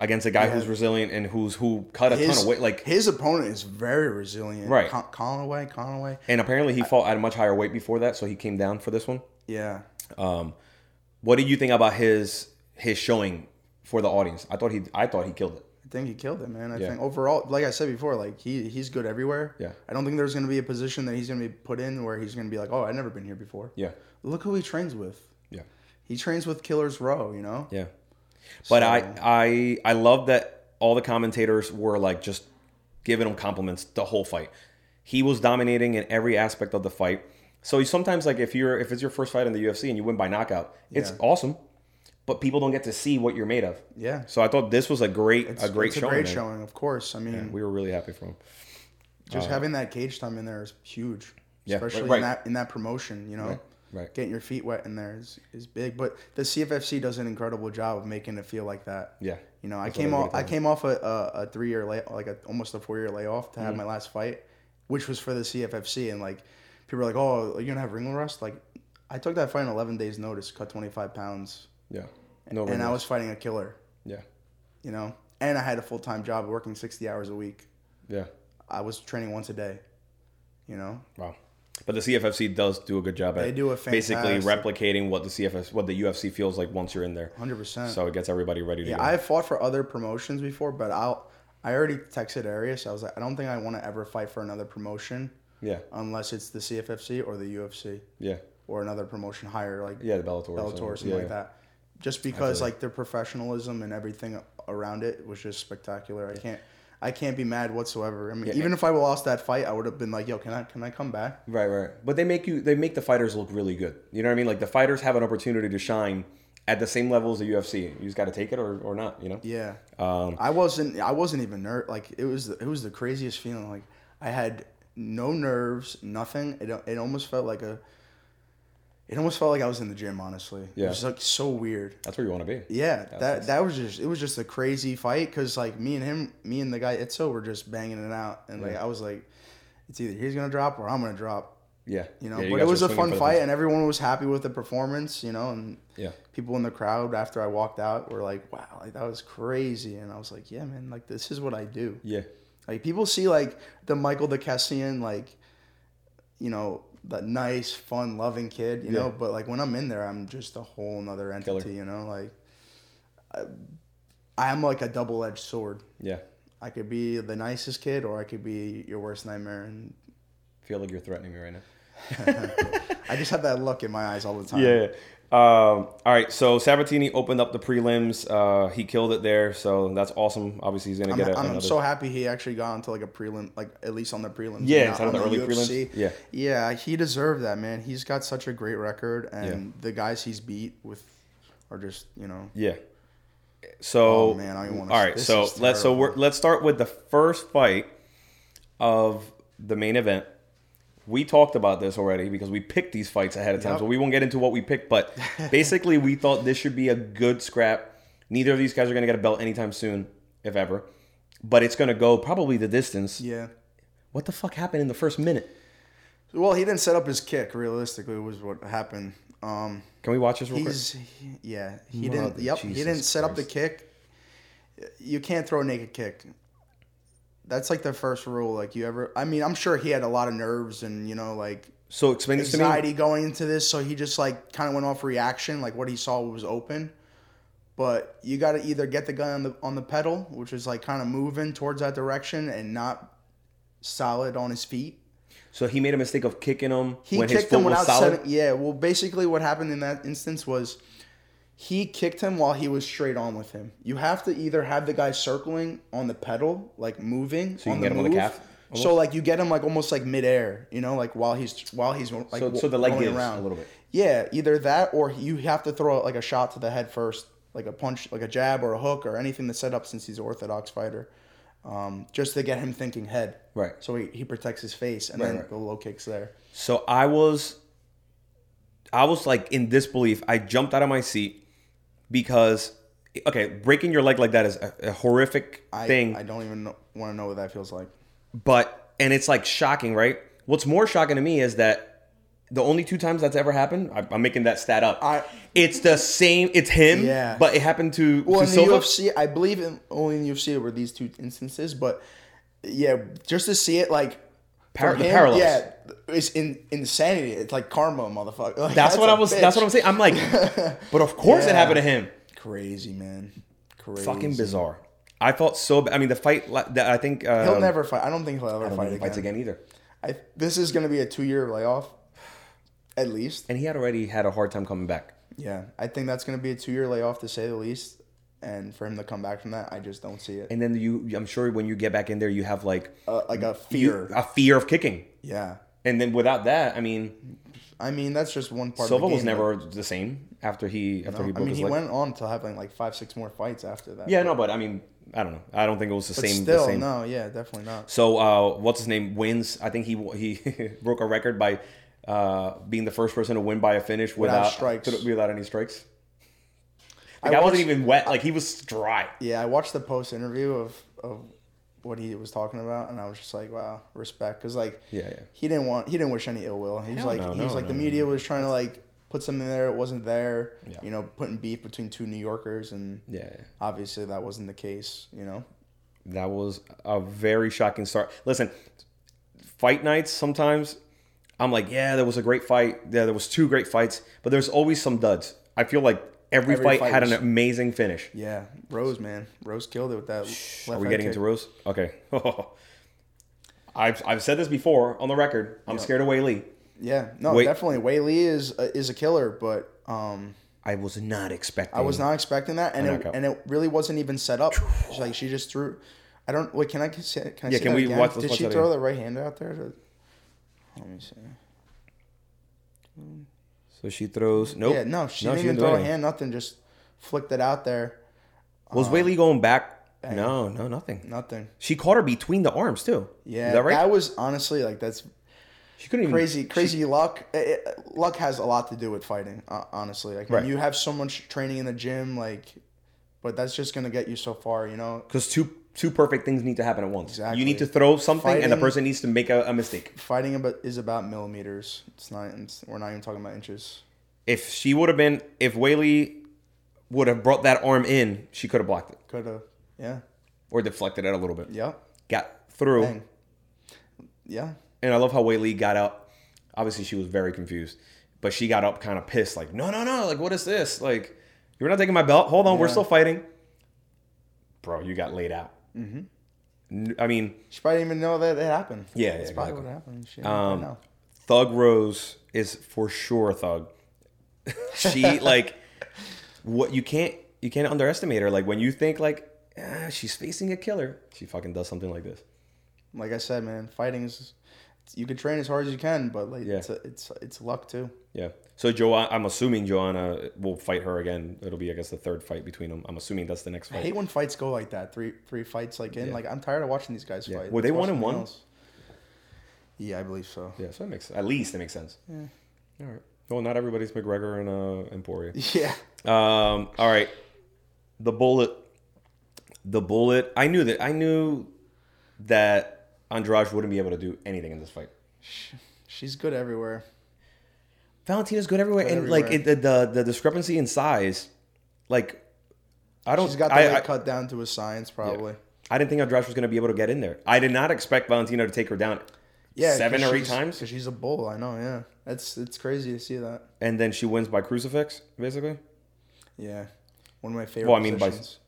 S2: against a guy who's resilient and who's who cut a ton of weight, like
S1: his opponent is very resilient.
S2: Right.
S1: Con- Conaway, Conaway.
S2: And apparently he fought at a much higher weight before that, so he came down for this one.
S1: Yeah,
S2: What do you think about his his showing for the audience? I thought he I thought he killed it.
S1: I think he killed it, man. I think overall, like I said before, like he he's good everywhere.
S2: Yeah.
S1: I don't think there's gonna be a position that he's gonna be put in where he's gonna be like, oh, I've never been here before.
S2: Yeah.
S1: Look who he trains with.
S2: Yeah.
S1: He trains with Killers Row, you know.
S2: Yeah. But I I I love that all the commentators were like just giving him compliments the whole fight. He was dominating in every aspect of the fight. So you sometimes like if you're if it's your first fight in the UFC and you win by knockout, it's
S1: Yeah.
S2: awesome. But people don't get to see what you're made of.
S1: Yeah.
S2: So I thought this was a great a great
S1: it's
S2: showing.
S1: a great
S2: man.
S1: showing, of course. I mean,
S2: We were really happy for him.
S1: just having that cage time in there is huge,
S2: Yeah,
S1: especially
S2: right.
S1: in that in that promotion. You know,
S2: right.
S1: getting your feet wet in there is is big. But the CFFC does an incredible job of making it feel like that.
S2: Yeah.
S1: You know, I
S2: That's what
S1: came
S2: I
S1: off.
S2: think
S1: I came off a, a, a three year lay, like a, almost a four year layoff to have
S2: Mm-hmm.
S1: my last fight, which was for the CFFC, and like people were like, "Oh, are you gonna have ring rust?" Like, I took that fight in eleven days notice, cut twenty five pounds,
S2: Yeah. No
S1: and I
S2: remorse.
S1: was fighting a killer.
S2: Yeah.
S1: You know, and I had a full time job working sixty hours a week.
S2: Yeah.
S1: I was training once a day. You know,
S2: Wow. But the CFFC does do a good job at
S1: They do a
S2: basically
S1: fantastic-
S2: replicating what the CFS what the UFC feels like once you're in there.
S1: hundred percent.
S2: So it gets everybody ready to
S1: Yeah,
S2: go.
S1: I've fought for other promotions before, but I'll. I already texted Arius. I was like, I don't think I want to ever fight for another promotion
S2: yeah.
S1: unless it's the CFFC or the UFC.
S2: Yeah.
S1: or another promotion higher, like
S2: Yeah, the Bellator. or
S1: Bellator or something
S2: yeah,
S1: like
S2: yeah.
S1: that. Just because like their professionalism and everything around it was just spectacular. I can't I can't be mad whatsoever. I mean, even if I lost that fight, I would have been like, "Yo, can I can I come back?"
S2: Right, right. But they make you they make the fighters look really good. You know what I mean? Like the fighters have an opportunity to shine at the same level as the UFC. You just gotta take it or, or not, you know?
S1: Yeah,
S2: Um
S1: I wasn't I wasn't even nerve like it was the, it was the craziest feeling. Like I had no nerves, nothing. It it almost felt like a it almost felt like I was in the gym. Honestly,
S2: Yeah.
S1: it was like so weird.
S2: that's where you wanna be.
S1: Yeah, that that was just it was just a crazy fight because like me and him, me and the guy Itzo were just banging it out, and like I was like, it's either he's gonna drop or I'm gonna drop,
S2: Yeah.
S1: you know.
S2: Yeah,
S1: but
S2: guys
S1: it
S2: were
S1: was a
S2: swinging
S1: fun
S2: for the
S1: fight, and everyone was happy with the performance, you know. And
S2: Yeah.
S1: people in the crowd after I walked out were like, wow, like that was crazy, and I was like, yeah, man, like this is what I do.
S2: Yeah.
S1: Like people see like the Michael DeCassian, like you know. The nice, fun, loving kid, you know. But like when I'm in there, I'm just a whole nother entity, you know. Like I, I'm like a double edged sword.
S2: Yeah.
S1: I could be the nicest kid, or I could be your worst nightmare. And
S2: Feel like you're threatening me right now.
S1: I just have that look in my eyes all the time.
S2: Yeah. Um, all right. So Sabatini opened up the prelims. Uh, he killed it there. So that's awesome. Obviously, he's gonna
S1: I'm,
S2: get a,
S1: I'm
S2: another.
S1: so happy he actually got onto like a prelim, like at least on the prelims.
S2: Yeah,
S1: not
S2: instead of
S1: on
S2: the early prelims. Yeah.
S1: yeah, he deserved that, man. He's got such a great record, and the guys he's beat with are just, you know,
S2: yeah. So
S1: Oh, man, I wanna-
S2: all right.
S1: this
S2: So
S1: is
S2: let's so
S1: terrible.
S2: we're, let's start with the first fight of the main event. We talked about this already because we picked these fights ahead of time,
S1: Yep.
S2: so we won't get into what we picked. But basically, we thought this should be a good scrap. Neither of these guys are going to get a belt anytime soon, if ever. But it's going to go probably the distance.
S1: yeah.
S2: What the fuck happened in the first minute?
S1: Well, he didn't set up his kick. Realistically, was what happened. Um,
S2: Can we watch this real quick?
S1: he's he- yeah, he
S2: Mother
S1: didn't. Yep, he
S2: Jesus
S1: didn't set up the
S2: Christ.
S1: kick. You can't throw a naked kick. That's like the first rule. Like you ever, I mean, I'm sure he had a lot of nerves and you know like
S2: So explain this to me.
S1: anxiety going into this, so he just like kind of went off reaction, like what he saw was open. But you got to either get the guy on the on the pedal, which is like kind of moving towards that direction and not solid on his feet.
S2: So he made a mistake of kicking him
S1: He
S2: when his
S1: kicked
S2: foot
S1: him
S2: was
S1: without
S2: solid.
S1: setting. Yeah, well, basically what happened in that instance was he kicked him while he was straight on with him. You have to either have the guy circling on the pedal, like moving,
S2: you
S1: on
S2: can
S1: the
S2: get him
S1: move.
S2: on the calf,
S1: So like you get him like almost like midair, you know, like while he's while he's like
S2: so, so the leg
S1: rolling
S2: gives a little bit.
S1: yeah, either that or you have to throw like a shot to the head first, like a punch, like a jab or a hook or anything that's set up since he's an orthodox fighter, um, just to get him thinking head.
S2: Right.
S1: So he, he protects his face and then
S2: right.
S1: the low kicks there.
S2: So I was, I was like in disbelief. I jumped out of my seat because, okay, breaking your leg like that is a, a horrific
S1: I,
S2: thing.
S1: I don't even want to know what that feels like.
S2: but and it's like shocking, right? What's more shocking to me is that the only two times that's ever happened, I, I'm making that stat up.
S1: I-
S2: it's the same. It's him.
S1: Yeah.
S2: But it happened to,
S1: Well,
S2: to
S1: in the
S2: Silva.
S1: UFC, I believe in, only in the UFC were these two instances, but yeah, just to see it like.
S2: Par-
S1: for
S2: the parallels.
S1: Yeah, it's in, insanity. It's like karma, motherfucker. Like,
S2: that's, what
S1: a
S2: I was.
S1: bitch.
S2: That's what I'm saying. I'm like, but of course it
S1: Yeah.
S2: happened to him.
S1: Crazy, man. Crazy.
S2: fucking bizarre. I felt so. ba- I mean, the fight li- that I think um,
S1: He'll never fight. I don't think he'll ever fight
S2: he
S1: again.
S2: fights again either.
S1: I, this is going to be a two-year layoff, at least.
S2: And he had already had a hard time coming back.
S1: Yeah, I think that's going to be a two-year layoff to say the least. And for him to come back from that, I just don't see it.
S2: And then you, I'm sure when you get back in there, you have like
S1: Uh, like a
S2: you-
S1: fear.
S2: a fear of kicking.
S1: yeah.
S2: And then without that, I mean,
S1: I mean, that's just one part.
S2: Silva
S1: of the game,
S2: was never the same after he after
S1: but-
S2: he
S1: I
S2: broke
S1: mean,
S2: his
S1: he
S2: leg.
S1: went on to having like five, six more fights after that.
S2: yeah, no, but I mean, I don't know. I don't think it was the same. the
S1: Still,
S2: same.
S1: no, yeah, definitely not.
S2: So uh, what's his name wins? I think he he broke a record by uh, being the first person to win by a finish without,
S1: strikes.
S2: Without any strikes.
S1: I
S2: Like, I, wasn't
S1: watched-
S2: even wet. Like he was dry.
S1: Yeah, I watched the post interview of of what he was talking about, and I was just like, wow, respect, because like,
S2: Yeah, yeah.
S1: he didn't want, he didn't wish any ill will. He was
S2: Hell
S1: like,
S2: no,
S1: he was
S2: no,
S1: like,
S2: no,
S1: the
S2: no,
S1: media was trying to like put something there, it wasn't there.
S2: Yeah.
S1: You know, putting beef between two New Yorkers, and
S2: Yeah, yeah.
S1: obviously that wasn't the case. You know,
S2: That was a very shocking start. Listen, fight nights sometimes I'm like, yeah, there was a great fight. Yeah, there was two great fights, but there's always some duds. I feel like every,
S1: Every
S2: fight,
S1: fight
S2: had
S1: was-
S2: an amazing finish.
S1: yeah, Rose, man, Rose killed it with that. left
S2: Are we
S1: hand
S2: getting
S1: kick.
S2: into Rose? Okay. I've, I've said this before on the record. I'm scared of Wei Lee.
S1: Yeah, no,
S2: Wait.
S1: definitely. Wei Lee is a, is a killer, but um,
S2: I was not expecting.
S1: I was not expecting that, and it,
S2: knockout.
S1: and it really wasn't even set up. She's like she just threw. I don't. Wait, can I see? Can I see
S2: can
S1: that
S2: we
S1: again?
S2: watch- let's
S1: Did
S2: watch
S1: she
S2: that
S1: throw the right hand out there? To, let me see.
S2: So she throws. Nope.
S1: Yeah, no, she didn't
S2: do
S1: even throw a
S2: anything.
S1: hand. Nothing. Just flicked it out there.
S2: Was Wei
S1: Uh,
S2: Lee going back? No, no, nothing.
S1: Nothing.
S2: She caught her between the arms too.
S1: Yeah,
S2: Is
S1: that,
S2: that right?
S1: was honestly like that's
S2: she couldn't even.
S1: crazy. Crazy luck. It, it- luck has a lot to do with fighting. Uh, honestly, like when
S2: Right.
S1: you have so much training in the gym, like, but that's just gonna get you so far, you know.
S2: because two two perfect things need to happen at once. You
S1: Exactly.
S2: need to throw something, and the
S1: Fighting-
S2: person needs to make a, a mistake.
S1: Fighting about is about millimeters. It's not. It's, we're not even talking about inches.
S2: If she would have been, if Whaley would have brought that arm in, she could have blocked it
S1: Could have. Yeah.
S2: or deflected it a little bit.
S1: Yep.
S2: Got through,
S1: Dang. Yeah.
S2: and I love how Whaley got up. Obviously, she was very confused, but she got up kind of pissed, like, "No, no, no! Like, what is this? Like, you're not taking my belt. Hold on, we're
S1: Yeah.
S2: still fighting, bro. You got laid out. Mm-hmm. I mean,
S1: She probably didn't even know that it happened.
S2: Yeah,
S1: That's
S2: yeah,
S1: probably
S2: exactly.
S1: what happened. She
S2: Um,
S1: didn't know.
S2: Thug Rose is for sure a thug. she like what you can't you can't underestimate her. Like when you think like ah, she's facing a killer, she fucking does something like this.
S1: Like I said, man, fighting is you can train as hard as you can, but like
S2: Yeah.
S1: it's, a, it's it's luck too.
S2: Yeah. So Joanna, I'm assuming Joanna will fight her again. It'll be I guess the third fight between them. I'm assuming that's the next
S1: I
S2: fight.
S1: hate when fights go like that. Three three fights like in. Like I'm tired of watching these guys fight.
S2: Were they
S1: Let's watch
S2: one and
S1: something
S2: one?
S1: else. Yeah, I believe so.
S2: yeah. So that makes at least it makes sense. Yeah. All right. Well, not everybody's McGregor and uh, Emporia.
S1: Yeah.
S2: Um, all right. The bullet. The bullet. I knew that. I knew that Andrade wouldn't be able to do anything in this fight.
S1: She's good everywhere.
S2: Valentina's good everywhere,
S1: Good
S2: and like it,
S1: everywhere.
S2: the, the the discrepancy in size, like I don't.
S1: She's got
S2: I-
S1: that
S2: I-
S1: like, cut down to a science probably.
S2: I didn't think Andrade was going to be able to get in there. I did not expect Valentina to take her down
S1: Yeah,
S2: seven or eight times,
S1: Because she's a bull. I know. Yeah, that's it's crazy to see that.
S2: and then she wins by crucifix, basically.
S1: Yeah, one of my favorite.
S2: Well, I mean, by-
S1: positions.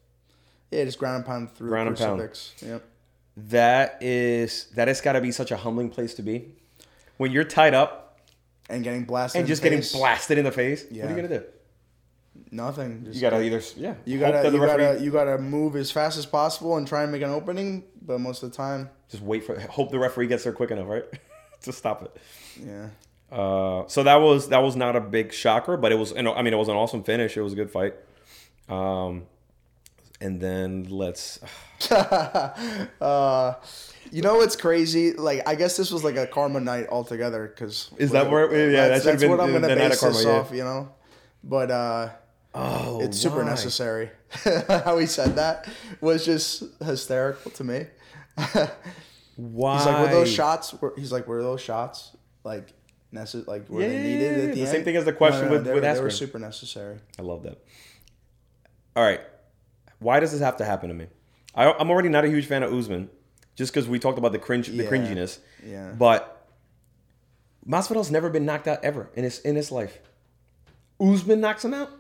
S1: yeah, just ground and pound through
S2: Ground and pound.
S1: crucifix. Yep.
S2: That is that has got to be such a humbling place to be when you're tied up
S1: And getting blasted.
S2: and
S1: in
S2: just
S1: the
S2: getting
S1: face.
S2: blasted in the face. What
S1: Yeah.
S2: are you gonna do?
S1: Nothing. Just
S2: You gotta either yeah.
S1: You
S2: hope
S1: gotta,
S2: that the
S1: you gotta,
S2: referee-
S1: you gotta move as fast as possible and try and make an opening. But most of the time,
S2: just wait for hope the referee gets there quick enough, right? to stop it.
S1: yeah,
S2: Uh, so that was that was not a big shocker, but it was. You know, I mean, it was an awesome finish. It was a good fight. Um, and then let's.
S1: uh, you know what's crazy? Like, I guess this was like a karma night altogether. Cause
S2: Is that where- yeah, that
S1: that's,
S2: should've
S1: that's what
S2: been
S1: I'm gonna
S2: the night
S1: base
S2: of
S1: this
S2: karma, yeah.
S1: off. You know, but uh,
S2: Oh,
S1: it's super
S2: why?
S1: necessary. How he said that was just hysterical to me.
S2: Why?
S1: He's like, were those shots? Were, he's like, were those shots like necessary? Like, were
S2: Yeah,
S1: they
S2: yeah,
S1: needed
S2: yeah,
S1: at
S2: yeah.
S1: the,
S2: The
S1: end?
S2: same thing as the question with-
S1: they,
S2: with
S1: were- they were
S2: Askren.
S1: super necessary.
S2: I love that. All right, why does this have to happen to me? I, I'm already not a huge fan of Usman, just because we talked about the cringe, the
S1: Yeah,
S2: cringiness.
S1: yeah.
S2: But Masvidal's never been knocked out ever in his in his life. Usman knocks him out.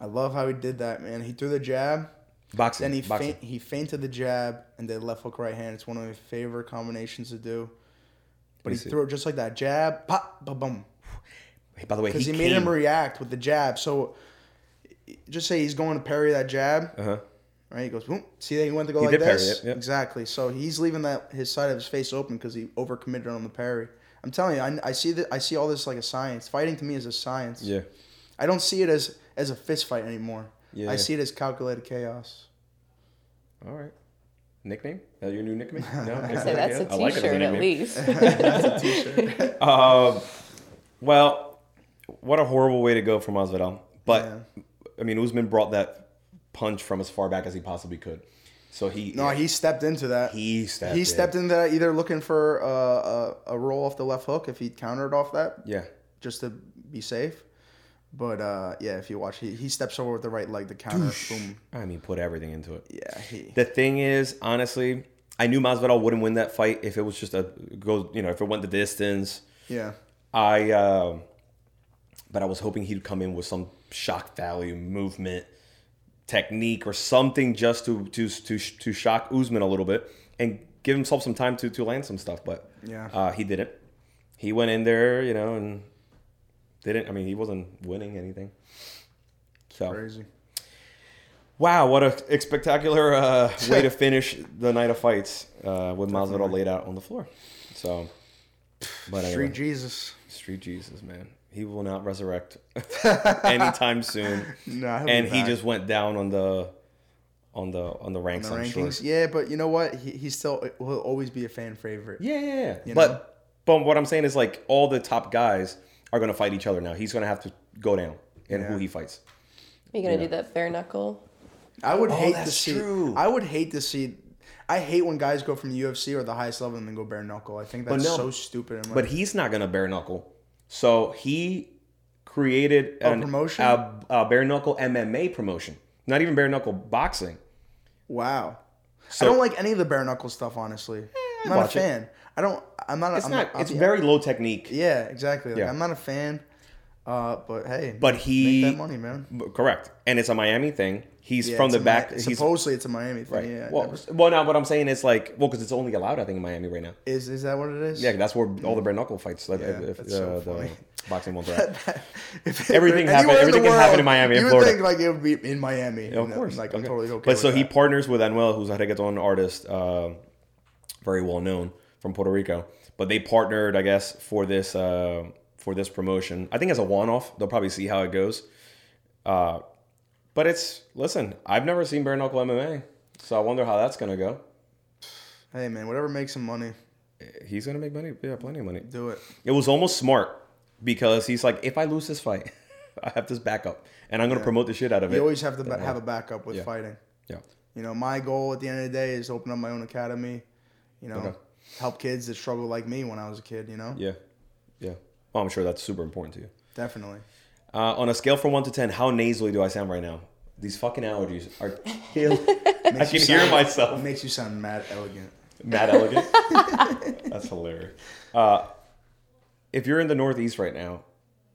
S1: I love how he did that, man. He threw the jab,
S2: Boxing.
S1: then he
S2: boxing.
S1: faint, he fainted the jab and did left hook right hand. It's one of my favorite combinations to do. But he
S2: Let me see.
S1: threw it just like that jab, pop, ba bum,
S2: Hey, By the way, he,
S1: because he,
S2: came.
S1: made him react with the jab. So just say he's going to parry that jab,
S2: uh-huh.
S1: right? He goes, boom. See, that he went to go
S2: He
S1: like
S2: did parry
S1: this,
S2: it, yep.
S1: exactly. So he's leaving that his side of his face open because he overcommitted on the parry. I'm telling you, I, I see that I see all this like a science. Fighting to me is a science.
S2: Yeah.
S1: I don't see it as as a fist fight anymore.
S2: Yeah.
S1: I see it as calculated chaos.
S2: All right. Nickname? Is that your new nickname? No,
S3: I say that's a
S2: I like it as
S3: T-shirt at
S2: nickname.
S3: least.
S2: Um, well, what a horrible way to go for Masvidal. But I mean, Usman brought that punch from as far back as he possibly could. So he
S1: No, he stepped into that.
S2: he stepped
S1: he
S2: in.
S1: stepped into that either looking for uh, a, a roll off the left hook if he countered off that
S2: Yeah.
S1: just to be safe. But uh, yeah, if you watch, he, he steps over with the right leg to counter. Boom.
S2: I mean, put everything into it.
S1: Yeah, he.
S2: The thing is, honestly, I knew Masvidal wouldn't win that fight if it was just a go. You know, if it went the distance.
S1: Yeah,
S2: I, um but I was hoping he'd come in with some shock value, movement, technique, or something just to to to to shock Usman a little bit and give himself some time to to land some stuff. But
S1: Yeah.
S2: uh, he didn't. He went in there, you know, and didn't. I mean, he wasn't winning anything. So
S1: crazy.
S2: wow, what a ex- spectacular uh, way to finish the night of fights uh, with Masvidal laid out on the floor. So, but anyway.
S1: Street Jesus.
S2: Street Jesus, man. He will not resurrect anytime soon.
S1: No, he'll be
S2: and he
S1: back.
S2: just went down on the on the on the ranks,
S1: The
S2: I'm
S1: rankings.
S2: sure.
S1: Yeah, but you know what? He, he still will always be a fan favorite.
S2: Yeah, yeah, yeah. but but what I'm saying is like all the top guys are gonna fight each other now. He's gonna have to go down in who
S1: Yeah.
S2: he fights.
S3: you gonna do that bare knuckle?
S1: I would hate to
S2: Oh, that's
S1: see.
S2: true.
S1: I would hate to see. I hate when guys go from the UFC or the highest level and then go bare knuckle. I think that's
S2: no.
S1: so stupid. and, like,
S2: But he's not gonna bare knuckle. So he created a
S1: promotion?
S2: a, a bare knuckle MMA promotion. Not even bare knuckle boxing.
S1: wow,
S2: So-
S1: I don't like any of the bare knuckle stuff. Honestly, I'm not a
S2: watch it.
S1: fan. I don't. I'm not.
S2: It's
S1: I'm
S2: not.
S1: I'll
S2: it's
S1: be-
S2: very low technique.
S1: Yeah, exactly. Like,
S2: Yeah.
S1: I'm not a fan. Uh, but hey,
S2: But he
S1: make that money, man.
S2: B- Correct, and it's a Miami thing. He's
S1: Yeah,
S2: from
S1: it's
S2: the
S1: a Mi-
S2: back. he's
S1: supposedly, it's a Miami thing.
S2: right.
S1: Yeah.
S2: well, s- well, now what I'm saying is like, well, because it's only allowed, I think, in Miami right now.
S1: is is that what it is?
S2: Yeah, that's where all the bare knuckle fights, like,
S1: Yeah,
S2: if- if,
S1: that's
S2: the,
S1: so
S2: the
S1: funny.
S2: boxing ones are. at.
S1: If-
S2: Everything
S1: if
S2: happen-
S1: anywhere in the
S2: everything can happen in Miami, in
S1: You would
S2: Florida.
S1: think like it would be in Miami.
S2: Yeah,
S1: you
S2: of
S1: know,
S2: course.
S1: Like I'm
S2: Okay.
S1: totally okay.
S2: But
S1: with
S2: so he
S1: that.
S2: partners with Anuel, who's a reggaeton artist, uh, very well known from Puerto Rico. But they partnered, I guess, for this uh, for this promotion. I think as a one-off, they'll probably see how it goes. Uh, but it's listen, I've never seen bare knuckle MMA, so I wonder how that's gonna go.
S1: hey man, whatever makes him money,
S2: He's gonna make money, yeah, plenty of money.
S1: do it.
S2: It was almost smart because he's like, if I lose this fight, I have this backup, and I'm gonna promote the shit out of
S1: You
S2: it.
S1: always have to ba- have a backup with fighting.
S2: yeah,
S1: You know, my goal at the end of the day is open up my own academy. You know,
S2: Okay.
S1: help kids that struggle like me when I was a kid. You know,
S2: yeah, yeah. Well, I'm sure that's super important to you.
S1: definitely.
S2: Uh, on a scale from one to ten, how nasally do I sound right now? These fucking allergies are killing. I
S1: Makes
S2: can
S1: you
S2: hear
S1: sound-
S2: myself.
S1: Makes you sound mad elegant.
S2: Mad elegant. That's hilarious. Uh, if you're in the Northeast right now,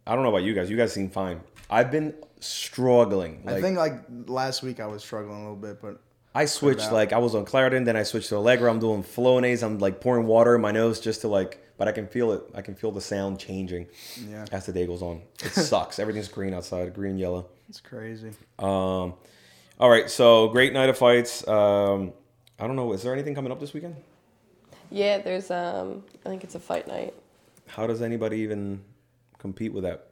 S2: I don't know about you guys. You guys seem fine. I've been struggling. Like
S1: I
S2: I,
S1: think like last week I was struggling a little bit, but
S2: switched. Like I was on Claritin, then I switched to Allegra. I'm doing Flonase. I'm like pouring water in my nose just to like, but I can feel it. I can feel the sound changing
S1: yeah,
S2: as the day goes on. It sucks. Everything's green outside, green, yellow.
S1: it's crazy.
S2: Um, all right, so great night of fights. Um, I don't know. Is there anything coming up this weekend?
S3: Yeah, there's um, I think it's a fight night.
S2: How does anybody even compete with that?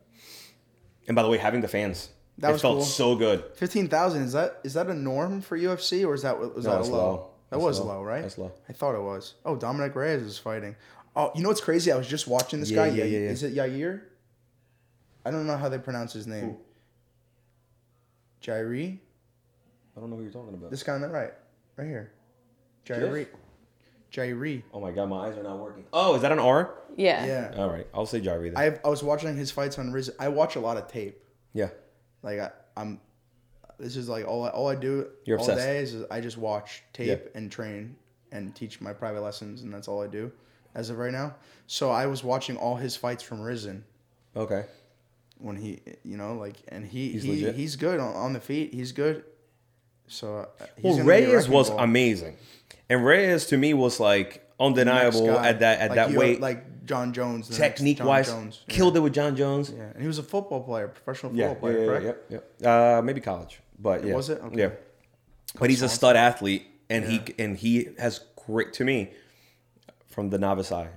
S2: And by the way, having the fans,
S1: That
S2: it
S1: was
S2: felt
S1: cool.
S2: so good.
S1: Fifteen thousand is that is that a norm for UFC or is that was
S2: No,
S1: that
S2: that's
S1: low?
S2: low.
S1: That
S2: That's
S1: was
S2: low.
S1: low. right?
S2: That's low.
S1: I thought it was. Oh, Dominic Reyes is fighting. Oh, you know what's crazy? I was just watching this
S2: Yeah,
S1: guy.
S2: yeah,
S1: Yeah,
S2: yeah, yeah.
S1: Is it Yair? I don't know how they pronounce his name. Jairi.
S2: I don't know what you're talking about.
S1: This guy on the right, right here. Jairi. Jairi.
S2: oh my god, my eyes are not working. Oh, is that an R?
S3: Yeah.
S1: Yeah.
S2: All right, I'll say Jarvie then.
S1: I I was watching his fights on Riz. I watch a lot of tape.
S2: yeah,
S1: Like I, I'm. This is like all I, all I do
S2: You're
S1: all
S2: obsessed.
S1: day is I just watch tape and train and teach my private lessons and that's all I do as of right now. So I was watching all his fights from Risen
S2: okay.
S1: when he you know like and he he's
S2: He's
S1: he,
S2: legit.
S1: he's good on, on the feet. He's good. So uh, he's
S2: Well,
S1: gonna be a
S2: Reyes
S1: wrecking
S2: was
S1: ball.
S2: amazing, and Reyes to me was like
S1: Next
S2: undeniable
S1: guy.
S2: at that at
S1: Like
S2: that
S1: you-
S2: weight,
S1: like John Jones, the next
S2: technique
S1: John
S2: wise,
S1: Jones. Yeah.
S2: killed it with John Jones.
S1: Yeah, and he was a football player, professional
S2: Yeah,
S1: football
S2: yeah,
S1: player,
S2: yeah,
S1: correct?
S2: yep, yep. Uh, maybe college, but yeah.
S1: was it? Okay.
S2: Yeah, but he's a stud athlete, and he and he has great to me from the novice eye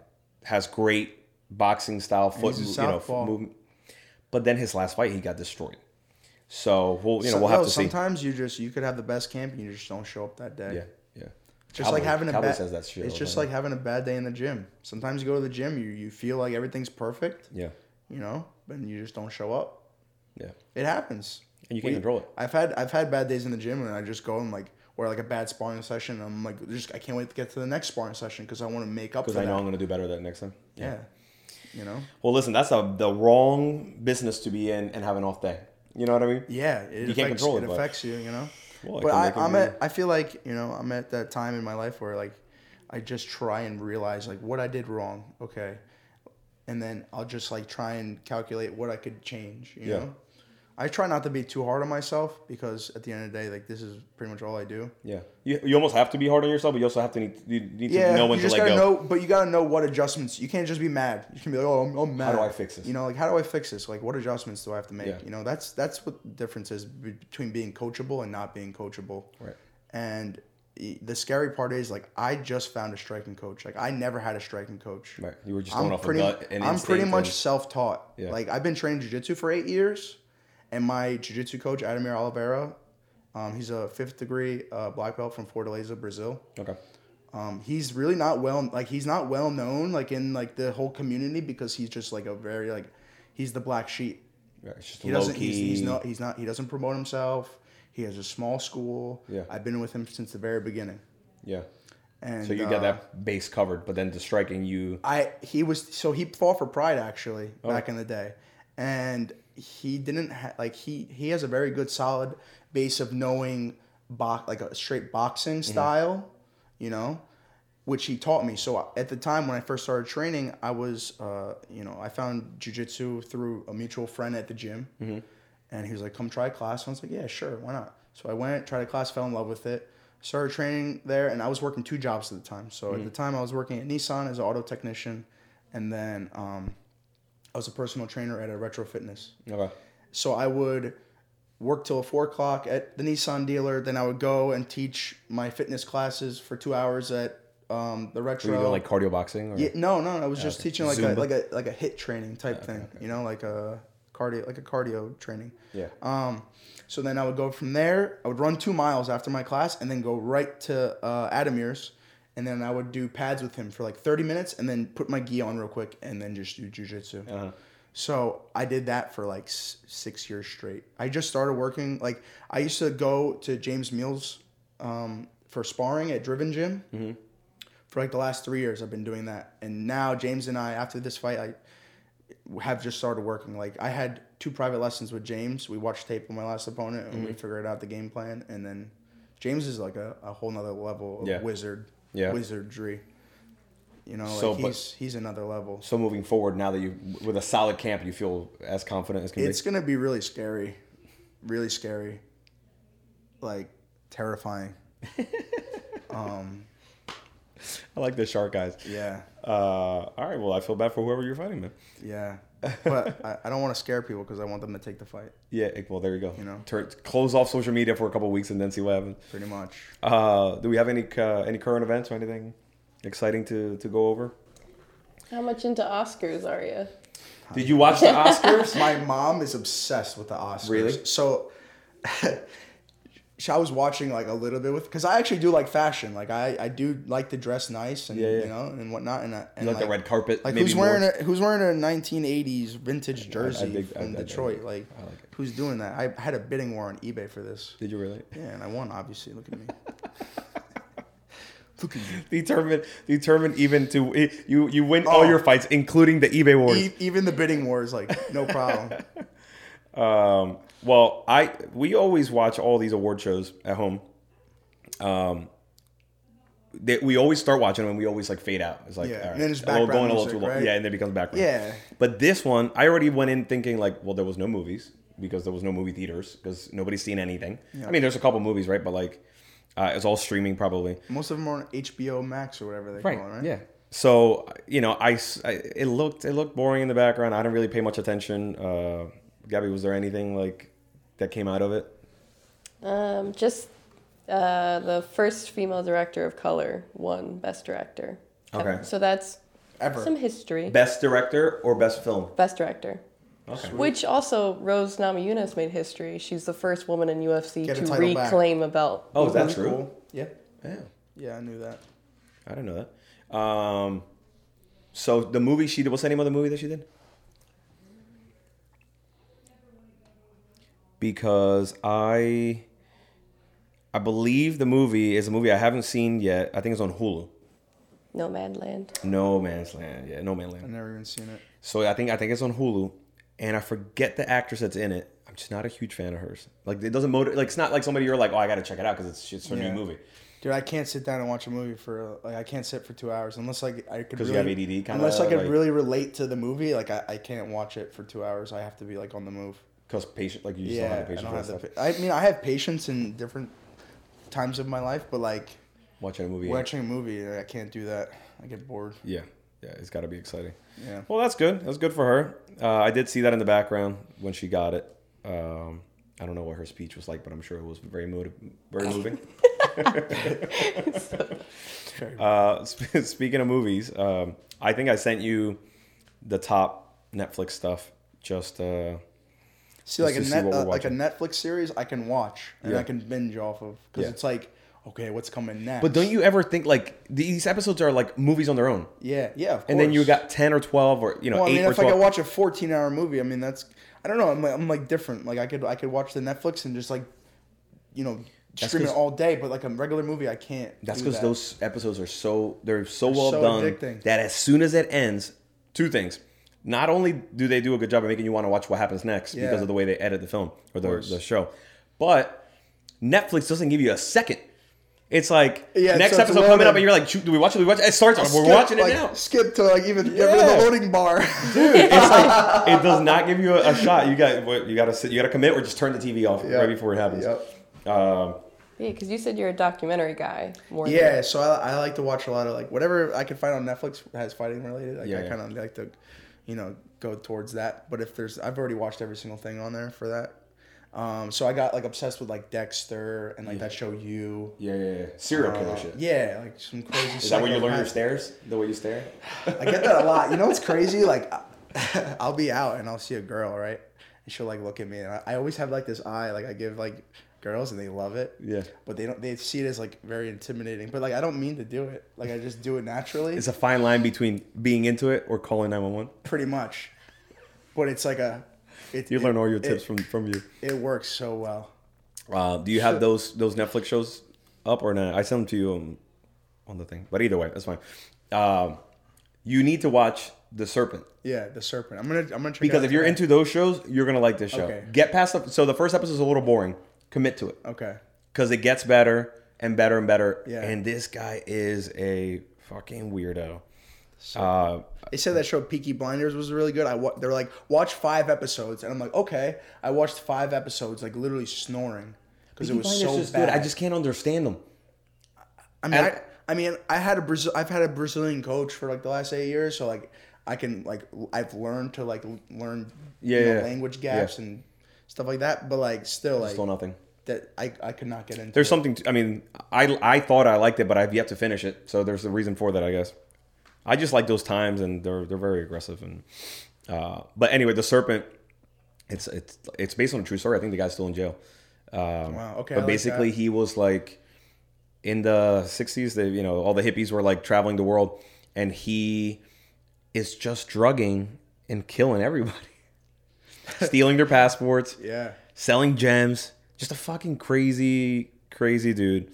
S2: has great boxing style foot,
S1: he's a
S2: mo- you know, foot
S1: southpaw.
S2: movement. But then his last fight, he got destroyed. So we'll you know
S1: So-
S2: we'll have
S1: no,
S2: to see.
S1: sometimes you just you could have the best camp and you just don't show up that day.
S2: Yeah, yeah.
S1: Just like having a
S2: Cowboy
S1: bad
S2: says that shit.
S1: It's
S2: all
S1: just
S2: the time.
S1: like having a bad day in the gym. Sometimes you go to the gym, you you feel like everything's perfect, you know, and you just don't show up.
S2: yeah, yeah,
S1: It happens.
S2: and you can't control it.
S1: I've had I've had bad days in the gym and I just go and like or like a bad sparring session. And I'm like just I can't wait to get to the next sparring session because I want to make up for
S2: Because I know
S1: that.
S2: I'm going to do better that next time.
S1: yeah. you know.
S2: Well, listen, that's a, the wrong business to be in and have an off day. You know what I mean?
S1: Yeah, it
S2: You
S1: affects,
S2: can't control it,
S1: it
S2: but-
S1: affects you, you know.
S2: Well, it
S1: but
S2: can
S1: I,
S2: make it
S1: I'm
S2: really-
S1: at, I feel like you know I'm at that time in my life where like I just try and realize like what I did wrong, okay, and then I'll just like try and calculate what I could change. You
S2: Yeah.
S1: know, I try not to be too hard on myself because at the end of the day, like this is pretty much all I do.
S2: Yeah, you, you almost have to be hard on yourself, but you also have to need you need
S1: Yeah,
S2: to know when
S1: you
S2: to
S1: just
S2: let
S1: gotta
S2: go.
S1: know, but you gotta know what adjustments. You can't just be mad. You can be like, oh, I'm, I'm mad.
S2: do I fix this?
S1: You know, like how do I fix this? Like what adjustments do I have to make?
S2: Yeah.
S1: You know, that's that's what the difference is be- between being coachable and not being coachable.
S2: Right.
S1: And e- the scary part is like I just found a striking coach. Like I never had a striking coach.
S2: Right, you were just going
S1: I'm
S2: off
S1: pretty.
S2: a gut and
S1: I'm pretty
S2: instinct
S1: much
S2: and-
S1: self-taught.
S2: Yeah.
S1: Like I've been training jujitsu for eight years, and my jujitsu coach Adamir Oliveira, um, he's a fifth degree uh, black belt from Fortaleza, Brazil.
S2: okay.
S1: Um, he's really not well like he's not well known like in like the whole community because he's just like a very like he's the black sheep.
S2: Yeah, it's just
S1: He
S2: low
S1: doesn't he's, he's
S2: key.
S1: not he's not he doesn't promote himself. He has a small school.
S2: Yeah.
S1: I've been with him since the very beginning.
S2: Yeah.
S1: And
S2: So you
S1: uh,
S2: got that base covered, but then the striking you.
S1: I he was so he fought for Pride actually
S2: Oh.
S1: back in the day, and he didn't ha- like he he has a very good solid
S2: Mm-hmm.
S1: base of knowing box like a straight boxing style, you know, which he taught me. So I- at the time when I first started training, I was, uh, you know, I found jujitsu through a mutual friend at the gym, and he was like, "Come try a class." And I was like, "Yeah, sure, why not?" So I went, tried a class, fell in love with it. Started training there, and I was working two jobs at the time. So at the time, I was working at Nissan as an auto technician, and then um, I was a personal trainer at a Retro Fitness.
S2: Okay.
S1: So I would work till four o'clock at the Nissan dealer. Then I would go and teach my fitness classes for two hours at um, the retro.
S2: Were you doing like cardio boxing? Or?
S1: Yeah, no, no, I was just teaching like
S2: Zumba.
S1: a like a like a hit training type thing. You know, like a cardio like a cardio training.
S2: Yeah.
S1: Um, so then I would go from there. I would run two miles after my class, and then go right to uh, Adamir's, and then I would do pads with him for like thirty minutes, and then put my gi on real quick, and then just do jujitsu.
S2: Uh-huh.
S1: So I did that for like s- six years straight. I just started working. Like I used to go to James Meals um, for sparring at Driven Gym.
S2: Mm-hmm.
S1: For like the last three years, I've been doing that, and now James and I, after this fight, I have just started working. Like I had two private lessons with James. We watched tape with my last opponent, and
S2: Mm-hmm.
S1: we figured out the game plan. And then James is like a, a whole nother level of
S2: Yeah.
S1: wizard,
S2: Yeah.
S1: wizardry. You know, like
S2: So, but-
S1: he's he's another level.
S2: So moving forward, now that you with a solid camp, you feel as confident as can
S1: It's gonna be really scary, really scary, like terrifying.
S2: be. I like the shark eyes.
S1: Yeah,
S2: Uh, all right. Well, I feel bad for whoever you're fighting, man.
S1: yeah. But I, I don't want to scare people because I want them to take the fight.
S2: Yeah. it- Well, there you go. You
S1: know.
S2: Turn, close off social media for a couple weeks and then see what happens.
S1: Pretty much.
S2: Uh, do we have any uh, any current events or anything exciting to to go over?
S3: How much into Oscars are you?
S2: Did you watch the Oscars?
S1: My mom is obsessed with the Oscars.
S2: Really?
S1: So she- I was watching like a little bit with because I actually do like fashion. Like I, I do like to dress nice and
S2: Yeah, yeah.
S1: you know and whatnot and, I, and
S2: You like, the red carpet?
S1: Like
S2: maybe
S1: who's wearing a who's wearing a 1980s vintage jersey
S2: dig- I-
S1: from
S2: I- I-
S1: Detroit? like,
S2: I like it.
S1: who's doing that? I had a bidding war on eBay for this.
S2: Did you really?
S1: Yeah, and I won. Obviously, look at me. look at you.
S2: Determined, determined even to you. You win all
S1: Oh.
S2: your fights, including the eBay wars.
S1: E- even the bidding war is like no problem.
S2: Um, well, I we always watch all these award shows at home. Um, they, we always start watching them and we always like fade out. It's like
S1: Yeah,
S2: all
S1: and
S2: right,
S1: then it's
S2: well,
S1: background
S2: going a little
S1: music,
S2: too long.
S1: right?
S2: Yeah, and then it becomes background.
S1: Yeah.
S2: But this one, I already went in thinking like, well, there was no movies because there was no movie theaters because nobody's seen anything. I mean, there's a couple movies, right? But like, uh, it's all streaming probably.
S1: Most of them are on HBO Max or whatever they call it, right?
S2: Yeah. So you know, I, s- I- it looked it looked boring in the background. I didn't really pay much attention. Uh, Gabby, was there anything like that came out of it?
S3: Um, just uh, the first female director of color won Best Director. Um,
S2: Okay.
S3: So that's
S1: Ever.
S3: some history.
S2: Best director or best film?
S3: Best Director.
S2: Okay.
S3: Which also, Rose Namajunas made history. She's the first woman in UFC
S1: Get a
S3: to
S1: title back.
S3: reclaim a belt.
S2: Oh, is that
S1: That's
S2: true?
S1: cool. Yeah.
S2: Yeah,
S1: Yeah, I knew that.
S2: I didn't know that. Um, so the movie she did. What's the name of the movie that she did? Because I, I believe the movie is a movie I haven't seen yet. I think it's on Hulu.
S3: No Man's Land.
S2: No Man's Land. Yeah, No Man's Land.
S1: I've never even seen it.
S2: So I think I think it's on Hulu, and I forget the actress that's in it. I'm just not a huge fan of hers. Like it doesn't motivate. Like it's not like somebody you're like, oh, I gotta check it out because it's it's a
S1: Yeah.
S2: new movie.
S1: Dude, I can't sit down and watch a movie for uh, like I can't sit for two hours unless like I could
S2: 'Cause
S1: really
S2: you have ADD kinda,
S1: unless I could
S2: like-
S1: really relate to the movie. Like I, I can't watch it for two hours. I have to be like on the move.
S2: Cause patient, like you just
S1: Yeah,
S2: don't have the
S1: I
S2: patience
S1: don't
S2: for that
S1: have the.
S2: stuff.
S1: pa- I mean, I have patience in different times of my life, but like
S2: Watching a movie.
S1: watching a movie, I can't do that. I get bored.
S2: Yeah, yeah, it's gotta be exciting.
S1: Yeah.
S2: Well, that's good. That's good for her. Uh, I did see that in the background when she got it. Um, I don't know what her speech was like, but I'm sure it was very motiv- very moving. uh, sp- speaking of movies, um, I think I sent you the top Netflix stuff. Just uh,
S1: See, like a
S2: to see
S1: net,
S2: what we're
S1: uh, like a
S2: watching.
S1: Netflix series, I can watch and
S2: Yeah.
S1: I can binge off of because
S2: Yeah.
S1: it's like, okay, what's coming next?
S2: but don't you ever think like these episodes are like movies on their own,
S1: Yeah, yeah. Of course.
S2: and then you got ten or twelve or you know
S1: Well, I
S2: eight
S1: mean,
S2: or
S1: if like, I
S2: twelve.
S1: watch a 14 hour movie, I mean, that's I don't know. I'm like, I'm like different. Like I could I could watch the Netflix and just like, you know, stream it
S2: 'cause-
S1: all day. But like a regular movie, I can't.
S2: That's
S1: do
S2: because
S1: that.
S2: those episodes are so they're so well
S1: so
S2: done
S1: addicting.
S2: that as soon as it ends, two things. Not only do they do a good job of making you want to watch what happens next because
S1: Yeah.
S2: of the way they edit the film or the,
S1: course.
S2: the show, but Netflix doesn't give you a second. It's like
S1: Yeah,
S2: next
S1: so it's
S2: episode coming up,
S1: loaded.
S2: and you're like, "Shoot, do we watch it? Do we watch it? It starts. We're
S1: Skip,
S2: watching it
S1: like,
S2: now.
S1: Skip to like even get rid of the
S2: Yeah.
S1: loading bar.
S2: It's like it does not give you a, a shot. You got what- you got to sit. You got to commit, or just turn the TV off
S1: Yeah.
S2: right before it happens.
S1: Yep.
S2: Um,
S3: Yeah, because you said you're a documentary guy. More than-
S1: Yeah, so I, I like to watch a lot of like whatever I can find on Netflix has fighting related. Like,
S2: Yeah,
S1: I
S2: yeah.
S1: kind of like to, you know, go towards that. But if there's, I've already watched every single thing on there for that. Um, so I got like obsessed with like Dexter and like that show You.
S2: yeah, yeah, yeah. Serial killer
S1: Uh,
S2: shit.
S1: yeah, like some crazy.
S2: Is that where you learn your stairs? The way you stare?
S1: I get that a lot. You know what's crazy? Like, I- I'll be out and I'll see a girl, right? And she'll like look at me, and I, I always have like this eye, like I give like girls, and they love it.
S2: Yeah.
S1: But they don't. They see it as like very intimidating. But like I don't mean to do it. Like I just do it naturally,
S2: It's a fine line between being into it or calling 911.
S1: pretty much. But it's like a. It,
S2: You
S1: it-
S2: learn all your
S1: it-
S2: tips from from you.
S1: It works so well.
S2: Uh, do you have those those Netflix shows up or not? I sent them to you um, on the thing, but either way, that's fine. Um, you need to watch The Serpent
S1: Yeah, the serpent. I'm gonna. I'm gonna check.
S2: because
S1: it out
S2: if you're
S1: today.
S2: into those shows, you're gonna like this show.
S1: Okay.
S2: Get past the so the first episode's a little boring. Commit to it
S1: Okay.
S2: because it gets better and better and better.
S1: Yeah.
S2: And this guy is a fucking weirdo. Uh,
S1: They said that show Peaky Blinders was really good. I wa- they're like watch five episodes, and I'm like okay. I watched five episodes, like literally snoring because it was so
S2: just
S1: bad.
S2: good. I just can't understand them.
S1: I mean,
S2: and-
S1: I, I mean, I had a Brazil. I've had a Brazilian coach for like the last eight years, so like I can like l- I've learned to like l- learn you
S2: Yeah,
S1: know,
S2: yeah.
S1: language
S2: Yeah.
S1: gaps and stuff like that. But like still like
S2: Still nothing.
S1: that I I could not get into.
S2: There's
S1: it.
S2: something. To, I mean, I I thought I liked it, but I've yet to finish it. So there's a reason for that, I guess. I just like those times, and they're they're very aggressive. And uh, but anyway, the serpent. It's it's it's based on a true story. I think the guy's still in jail. Um,
S1: Wow, okay, I
S2: But
S1: like
S2: basically, he was like in the '60s. They you know all the hippies were like traveling the world, and he is just drugging and killing everybody, stealing their passports
S1: yeah.
S2: selling gems. Just a fucking crazy, crazy dude.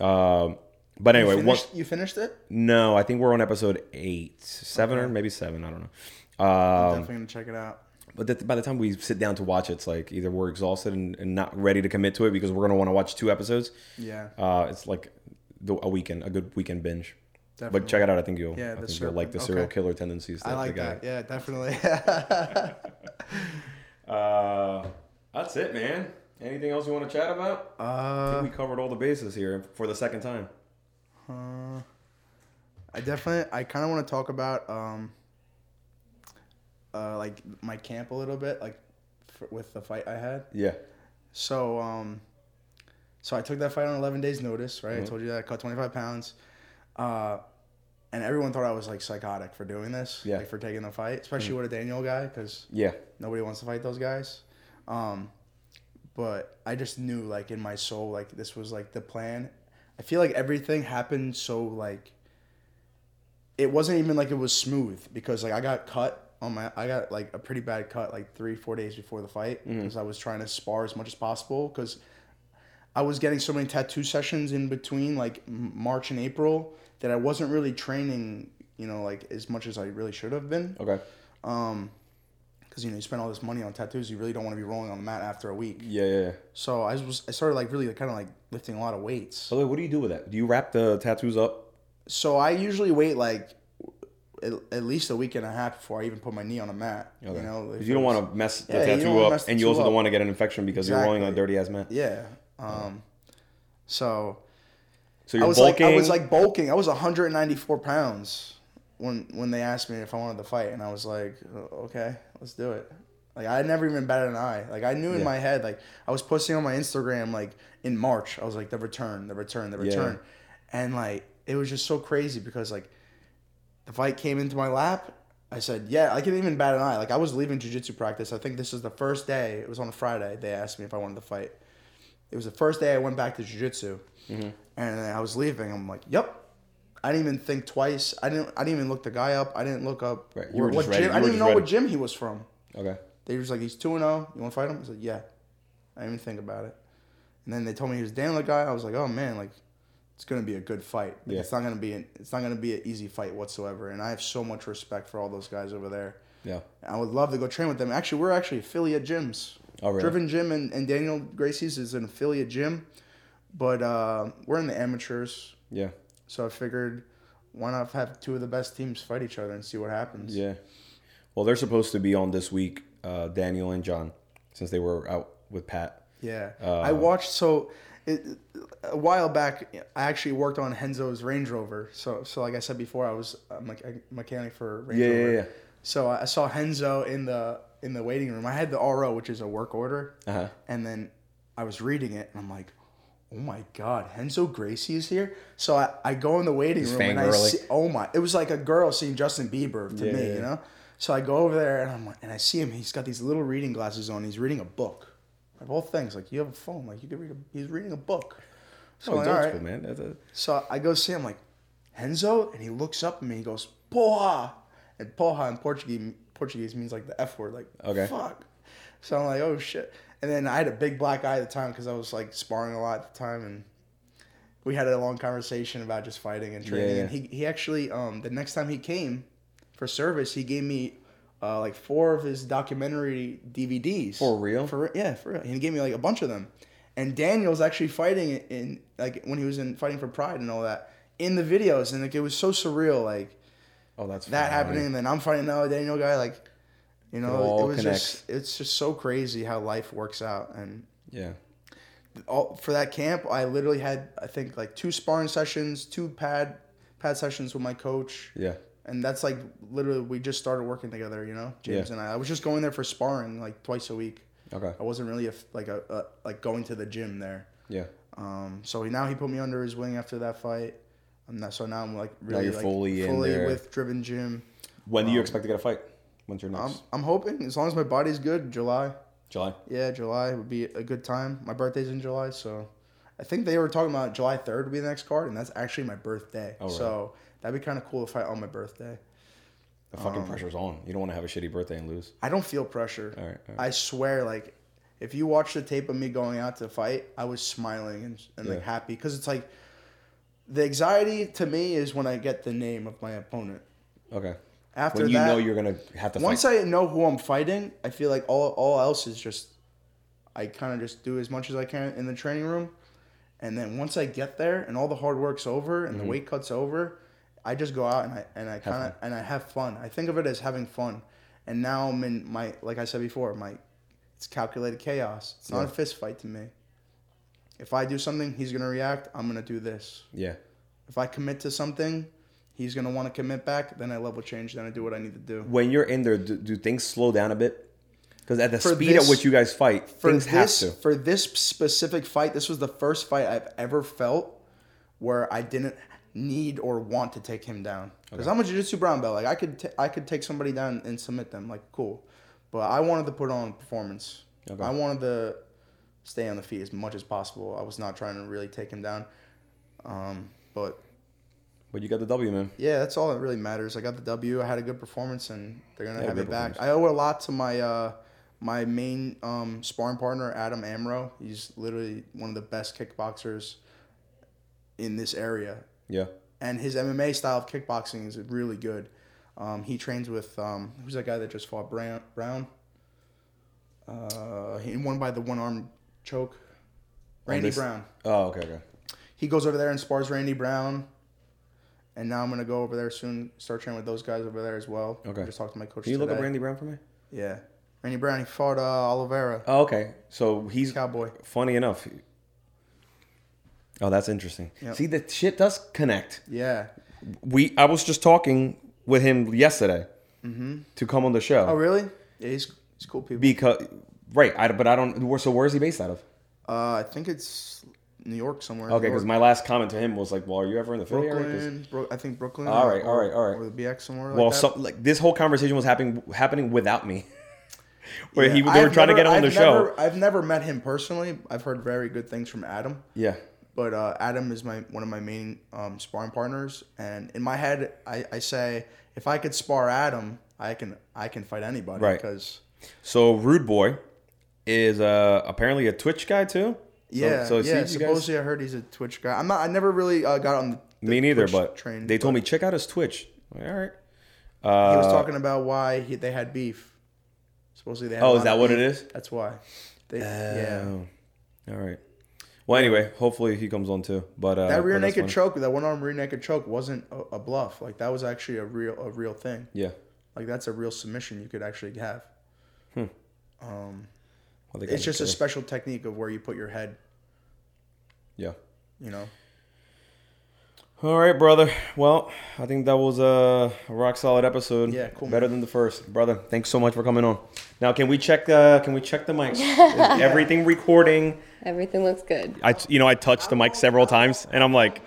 S2: Um, but anyway,
S1: Finished,
S2: one,
S1: you finished it?
S2: no, I think we're on episode eight, seven, or maybe seven. I don't know. Um,
S1: Definitely gonna check it out.
S2: but that, by the time we sit down to watch it, it's like either we're exhausted and, and not ready to commit to it because we're gonna want to watch two episodes.
S1: Yeah.
S2: Uh, it's like the, a weekend, a good weekend binge.
S1: Definitely.
S2: But check it out. I think you'll,
S1: Yeah,
S2: I
S1: The
S2: think you'll like the
S1: Serpent.
S2: serial
S1: Okay.
S2: killer tendencies.
S1: I
S2: the
S1: like
S2: guy-
S1: that. Yeah, definitely.
S2: Uh, that's it, man. Anything else you want to chat about? I
S1: Uh,
S2: think we covered all the bases here for the second time.
S1: Uh, I definitely, I kind of want to talk about, um, uh, like my camp a little bit, like for, with the fight I had.
S2: Yeah.
S1: So, um, so I took that fight on 11 days notice, right? I told you that I cut 25 pounds. Uh, and everyone thought I was like psychotic for doing this,
S2: Yeah.
S1: like for taking the fight, especially with a Daniel guy, because
S2: Yeah.
S1: nobody wants to fight those guys. Um, but I just knew like in my soul like this was like the plan. I feel like everything happened so like it wasn't even like it was smooth because like I got cut on my I got like a pretty bad cut like three four days before the fight because I was trying to spar as much as possible because I was getting so many tattoo sessions in between like M- March and April that I wasn't really training you know like as much as I really should have been
S2: Okay.
S1: because you know you spend all this money on tattoos you really don't want to be rolling on the mat after a week
S2: Yeah, yeah. yeah.
S1: so i was i started like really kind of like lifting a lot of weights
S2: So like, what do you do with that? Do you wrap the tattoos up?
S1: so i usually wait like at, at least a week and a half before i even put my knee on a mat you know
S2: 'Cause you don't want to mess the
S1: Yeah, you don't
S2: tattoo
S1: wanna
S2: up,
S1: mess the
S2: and you
S1: tattoo
S2: also don't
S1: up.
S2: want to get an infection because you're rolling on a
S1: Exactly.
S2: dirty ass mat.
S1: yeah um so
S2: So
S1: i
S2: you're
S1: was
S2: bulking.
S1: like i was like bulking i was 194 pounds when when they asked me if i wanted to fight and i was like "Oh, okay let's do it like i never even batted an eye like i knew in
S2: Yeah.
S1: my head like i was posting on my instagram like in march i was like the return the return the return and like it was just so crazy because like the fight came into my lap. I said, yeah, I could even bat an eye. Like I was leaving jujitsu practice. I think this is the first day. It was on a Friday. They asked me if I wanted to fight. It was the first day I went back to jujitsu,
S2: Mm-hmm.
S1: and I was leaving. I'm like, yep. I didn't even think twice. I didn't. I didn't even look the guy up. I didn't look up
S2: Right, you
S1: where-
S2: were just
S1: what
S2: ready.
S1: gym.
S2: You
S1: I
S2: were
S1: didn't even
S2: just
S1: know what
S2: ready.
S1: gym he was from.
S2: okay.
S1: They were just like, he's 2 and 0. You want to fight him? I was like, yeah. I didn't even think about it. And then they told me he was Daniel guy. I was like, oh man, like it's gonna be a good fight. Like,
S2: Yeah.
S1: It's not gonna be an, it's not gonna be an easy fight whatsoever. And I have so much respect for all those guys over there.
S2: Yeah.
S1: I would love to go train with them. Actually, we're actually affiliate gyms.
S2: Oh, really?
S1: Driven Gym and, and Daniel Gracie's is an affiliate gym. But uh, we're in the amateurs,
S2: Yeah.
S1: so I figured why not have two of the best teams fight each other and see what happens.
S2: Yeah. Well, they're supposed to be on this week, uh, Daniel and John, since they were out with Pat.
S1: Yeah.
S2: Uh,
S1: I watched so it, a while back. I actually worked on Henzo's Range Rover. So so like I said before, I was a mech- a mechanic for Range
S2: Yeah, yeah,
S1: Rover.
S2: yeah.
S1: So I I saw Henzo in the in the waiting room. I had the RO, which is a work order,
S2: Uh-huh.
S1: and then I was reading it, and I'm like. Oh my God, Henzo Gracie is here. So I, I go in the waiting room and I
S2: fangirling.
S1: see, oh my, it was like a girl seeing Justin Bieber to
S2: Yeah,
S1: me,
S2: yeah,
S1: you
S2: yeah.
S1: know. So I go over there and I'm like, and I see him. He's got these little reading glasses on. He's reading a book. Of all things, like you have a phone, like you could read. A, he's reading a book. So, I'm
S2: Oh,
S1: like,
S2: adult
S1: all right.
S2: school, man. That's a-
S1: so I go see him, like Henzo, and he looks up at me. He goes, "Porra," and "porra" in Portuguese Portuguese means like the F word, like
S2: Okay.
S1: fuck. So I'm like, oh shit. And then I had a big black eye at the time because I was like sparring a lot at the time, and we had a long conversation about just fighting and training.
S2: Yeah.
S1: And he, he actually, um, the next time he came for service, he gave me uh, like four of his documentary DVDs.
S2: For real?
S1: For re- yeah, for real. And he gave me like a bunch of them. And Daniel's actually fighting in, in like when he was in fighting for Pride and all that in the videos, and like it was so surreal, like
S2: oh, that's
S1: that
S2: funny.
S1: happening, and then I'm fighting now a Daniel guy, like you know,
S2: It all
S1: it was
S2: connects.
S1: just it's just so crazy how life works out and
S2: Yeah.
S1: all for that camp i literally had i think like two sparring sessions two pad pad sessions with my coach
S2: Yeah.
S1: and that's like literally we just started working together you know james
S2: Yeah.
S1: and i i was just going there for sparring like twice a week
S2: Okay.
S1: i wasn't really a, like a, a like going to the gym there
S2: Yeah.
S1: um so now he put me under his wing after that fight i'm not so now i'm like really
S2: you're
S1: like,
S2: fully in there.
S1: with driven gym
S2: When
S1: Um,
S2: do you expect to get a fight? When's your
S1: I'm,
S2: next?
S1: I'm hoping as long as my body's good july
S2: July.
S1: Yeah, July would be a good time. My birthday's in July, so I think they were talking about July third would be the next card, and that's actually my birthday.
S2: really?
S1: So that'd be kind of cool if I on my birthday.
S2: The
S1: um,
S2: fucking pressure's on. You don't want to have a shitty birthday and lose.
S1: I don't feel pressure.
S2: All right. all right.
S1: I swear, like if you watch the tape of me going out to fight, I was smiling and, and like
S2: Yeah.
S1: happy because it's like the anxiety to me is when I get the name of my opponent.
S2: Okay.
S1: After
S2: when you
S1: that,
S2: know you're gonna have to
S1: once
S2: fight.
S1: I know who I'm fighting, I feel like all all else is just I kind of just do as much as I can in the training room, and then once I get there and all the hard work's over and the weight cuts over, I just go out and I and I kind of and I Mm-hmm. have fun. I think of it as having fun, and now I'm in my like I said before my it's calculated chaos. It's not a fist fight to me. If I do something, he's gonna react. I'm gonna do this.
S2: yeah.
S1: If I commit to something, he's gonna want to commit back. Then I level change. Then I do what I need to do.
S2: When you're in there, do, do things slow down a bit? Because at the
S1: For
S2: speed
S1: this-
S2: at which you guys fight,
S1: for
S2: things have
S1: this
S2: to.
S1: for this specific fight, this was the first fight I've ever felt where I didn't need or want to take him down because I'm a jiu-jitsu brown belt. Like I could t- I could take somebody down and submit them, like cool. But I wanted to put on a performance.
S2: Okay.
S1: I wanted to stay on the feet as much as possible. I was not trying to really take him down. Um, but
S2: But you got the W, man.
S1: yeah, that's all that really matters. I got the W. I had a good performance, and they're gonna
S2: Yeah,
S1: have
S2: good
S1: it back. I
S2: performance.
S1: owe a lot to my uh, my main um, sparring partner, Adam Amro. He's literally one of the best kickboxers in this area,
S2: Yeah.
S1: and his MMA style of kickboxing is really good. Um, he trains with um, who's that guy that just fought Brown? Brown. Uh, he won by the one arm choke. Randy
S2: this-
S1: Brown
S2: Oh, okay, okay.
S1: he goes over there and spars Randy Brown. And now I'm gonna go over there soon, start training with those guys over there as well.
S2: Okay.
S1: I just talked to my coach.
S2: Can you look up
S1: today.
S2: Randy Brown for me?
S1: Yeah, Randy Brown. He fought uh, Oliveira,
S2: Oh, okay. So he's
S1: cowboy.
S2: funny enough. Oh, that's interesting.
S1: Yep.
S2: See, that shit does connect.
S1: Yeah.
S2: We I was just talking with him yesterday to come on the show
S1: Mm-hmm. Oh really? Yeah, he's he's cool people.
S2: because right. I, but I don't. where- So where is he based out of?
S1: uh, I think it's New York somewhere.
S2: Okay,
S1: New
S2: because
S1: York,
S2: my last comment to him was like, "Well, are you ever in the Philly area?" 'Cause-
S1: Brooklyn. Bro- I think Brooklyn.
S2: All
S1: or-
S2: right, all right, all right.
S1: Or the BX somewhere. Like
S2: well,
S1: that.
S2: some, like this whole conversation was happening happening without me. Where he, they
S1: Yeah,
S2: were
S1: I've
S2: trying to
S1: never-
S2: get on the
S1: I've
S2: show.
S1: never- I've never met him personally. I've heard very good things from Adam.
S2: yeah,
S1: but uh, Adam is my one of my main um, sparring partners, and in my head, I, I say if I could spar Adam, I can I can fight anybody
S2: Right.
S1: because
S2: So Rude Boy is uh, apparently a Twitch guy too. So-
S1: yeah,
S2: so, it's
S1: yeah.
S2: you guys,
S1: Supposedly, I heard he's a Twitch guy. I'm not. I never really uh, got on. The,
S2: me neither,
S1: Twitch
S2: but
S1: train,
S2: they told me check out his Twitch. I'm like, Uh, All right.
S1: he was talking about why he, they had beef. Supposedly they. Had a
S2: Oh,
S1: lot
S2: is Oh, that
S1: of
S2: what it
S1: beef.
S2: is?
S1: That's why. They, yeah.
S2: Oh, all right. Well, anyway, hopefully he comes on too. But uh,
S1: That rear
S2: but that's
S1: naked
S2: funny.
S1: choke, that one arm rear naked choke, wasn't a, a bluff. Like that was actually a real a real thing.
S2: Yeah,
S1: Like that's a real submission you could actually have. Um,
S2: I think I
S1: it's
S2: did
S1: just a
S2: too.
S1: special technique of where you put your head.
S2: yeah.
S1: You know.
S2: All right, brother. Well, I think that was a rock solid episode.
S1: Yeah, cool,
S2: Better than the first, brother. Thanks so much for coming on. Now, can we check? Uh, can we check the mics? Is everything recording?
S3: Everything looks good.
S2: I, you know, I touched the mic several times, and I'm like,